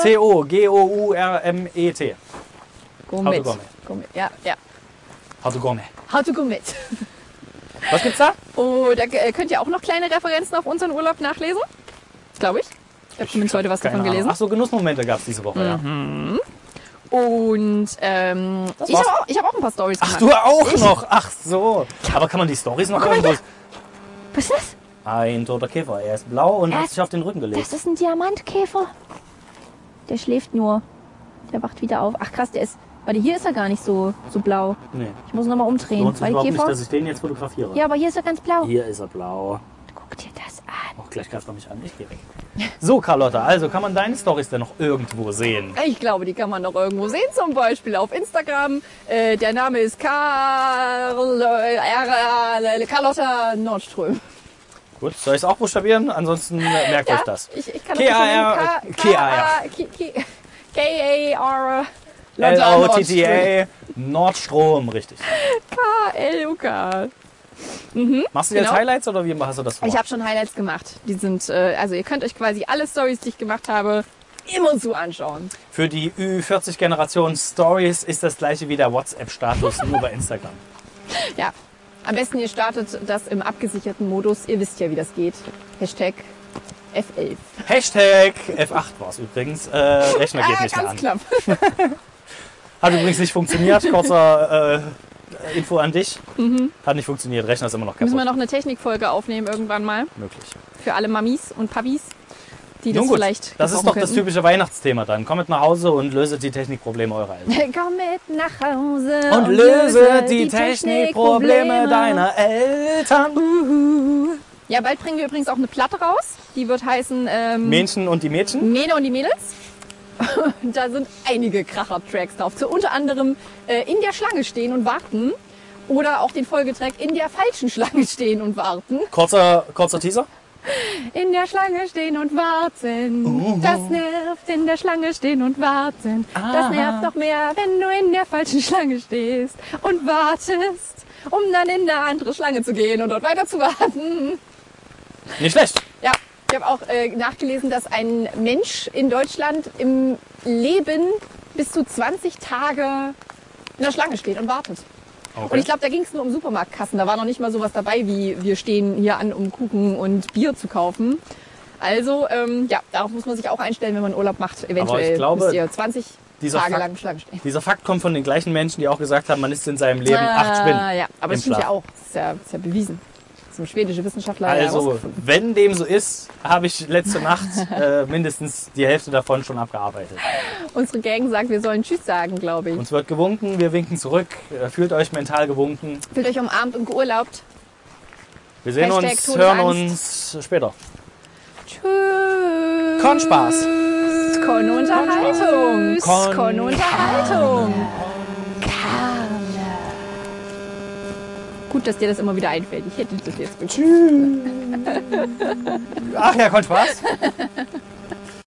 B: H-O-W-C-O-G-O-U-R-M-E-T.
A: Gourmet.
B: How to Gourmet.
A: Gourmet. Ja, ja.
B: How to Gourmet.
A: How to Gourmet.
B: Was gibt's da?
A: Oh, da äh, könnt ihr auch noch kleine Referenzen auf unseren Urlaub nachlesen. Glaube ich. Ich habe zumindest heute was
B: Keine
A: davon gelesen.
B: Ahnung. Ach so, Genussmomente gab's diese Woche, ja.
A: Und ähm, ich
B: war's.
A: habe auch, ich hab auch ein paar Stories
B: Ach,
A: gemacht.
B: du auch noch. Ach so. Aber kann man die Stories noch irgendwo?
I: Was ist das?
B: Ein toter Käfer. Er ist blau und hat
I: Das-
B: sich auf den Rücken gelegt.
I: Das ist ein Diamantkäfer.
A: Der schläft nur. Der wacht wieder auf. Ach krass, der ist. Warte, hier ist er gar nicht so, so blau.
B: Nee.
A: Ich muss nochmal umdrehen.
B: Lohnt sich
A: Weil
B: überhaupt nicht,
A: Käfer.
B: dass ich den jetzt fotografiere.
I: Ja, aber hier ist er ganz blau.
B: Hier ist er blau.
I: Guck dir das an.
B: Auch gleich greift er mich an. Ich gehe weg. So, Carlotta, also kann man deine Stories denn noch irgendwo sehen?
A: Ich glaube, die kann man noch irgendwo sehen, zum Beispiel auf Instagram. Äh, der Name ist Karl, äh, R- äh, Carlotta Nordström.
B: Gut, soll ich es auch buchstabieren? Ansonsten äh, merkt euch das.
A: Ich, ich kann
B: K-A-R-
A: das nicht so nennen. K- K- K- K-A-R. Lotta Nordström.
B: L-O-T-T-A, Nordstrom, richtig.
A: L-U-K.
B: Machst du jetzt
A: Genau.
B: Highlights oder wie hast du das vor?
A: Ich habe schon Highlights gemacht. Die sind, äh, also ihr könnt euch quasi alle Stories, die ich gemacht habe, immer so anschauen.
B: Für die Ü40-Generation Stories ist das gleiche wie der WhatsApp-Status, nur bei Instagram.
A: Ja. Am besten ihr startet das im abgesicherten Modus. Ihr wisst ja, wie das geht. Hashtag F11.
B: Hashtag F8 war es übrigens. Äh, Rechner geht
A: ah,
B: nicht mehr an.
A: ganz knapp.
B: Hat übrigens nicht funktioniert. Kurzer äh, Info an dich. Hat nicht funktioniert. Rechner ist immer noch kaputt.
A: Mhm. Müssen wir noch eine Technikfolge aufnehmen irgendwann mal
B: Möglich.
A: für alle Mamis und Papis, die das
B: Nun gut,
A: vielleicht.
B: das ist doch das
A: gebrauchen
B: typische Weihnachtsthema dann. Kommt nach Hause und löset die Technikprobleme eurer Eltern.
A: könnten. Komm mit nach Hause
B: Und löse die Technikprobleme deiner Eltern.
A: Ja, bald bringen wir übrigens auch eine Platte raus. Die wird heißen ähm,
B: Mädchen und die Mädchen.
A: Mene und die Mädels. Und da sind einige Kracher-Tracks drauf. So unter anderem äh, in der Schlange stehen und warten. Oder auch den Folgetrack in der falschen Schlange stehen und warten.
B: Kurzer, kurzer Teaser.
A: In der Schlange stehen und warten.
B: Mhm.
A: Das nervt, in der Schlange stehen und warten. Das nervt noch mehr, wenn du in der falschen Schlange stehst und wartest, um dann in eine andere Schlange zu gehen und dort weiter zu warten.
B: Nicht schlecht.
A: Ja, ich habe auch äh, nachgelesen, dass ein Mensch in Deutschland im Leben bis zu 20 Tage in der Schlange steht und wartet. Und ich glaube, da ging es nur um Supermarktkassen. Da war noch nicht mal sowas dabei, wie wir stehen hier an, um Kuchen und Bier zu kaufen. Also, ähm, ja, darauf muss man sich auch einstellen, wenn man Urlaub macht. Eventuell
B: glaube,
A: müsst ihr 20
B: dieser
A: Tage
B: Fakt-
A: lang Schlange stehen.
B: Dieser Fakt kommt von den gleichen Menschen, die auch gesagt haben, man ist in seinem Leben acht Spinnen.
A: Ah, ja,
B: im
A: aber das stimmt ja
B: Schlaf.
A: auch. Das ist ja, das ist ja bewiesen. Zum schwedische Wissenschaftler
B: Also,
A: herausgefunden.
B: wenn dem so ist, habe ich letzte Nacht äh, mindestens die Hälfte davon schon abgearbeitet.
A: Unsere Gang sagt, wir sollen Tschüss sagen, glaube ich.
B: Uns wird gewunken, wir winken zurück. Äh, Fühlt euch mental gewunken.
A: Fühlt euch umarmt und geurlaubt.
B: Wir sehen
A: Hashtag
B: uns,
A: Tod
B: hören
A: Angst.
B: uns später.
A: Tschüss.
B: Kornspaß.
A: Kornunterhaltung.
B: Korn-
A: Kornunterhaltung. Gut, dass dir das immer wieder einfällt. Ich hätte das jetzt gewusst.
B: Ach ja, kommt Spaß.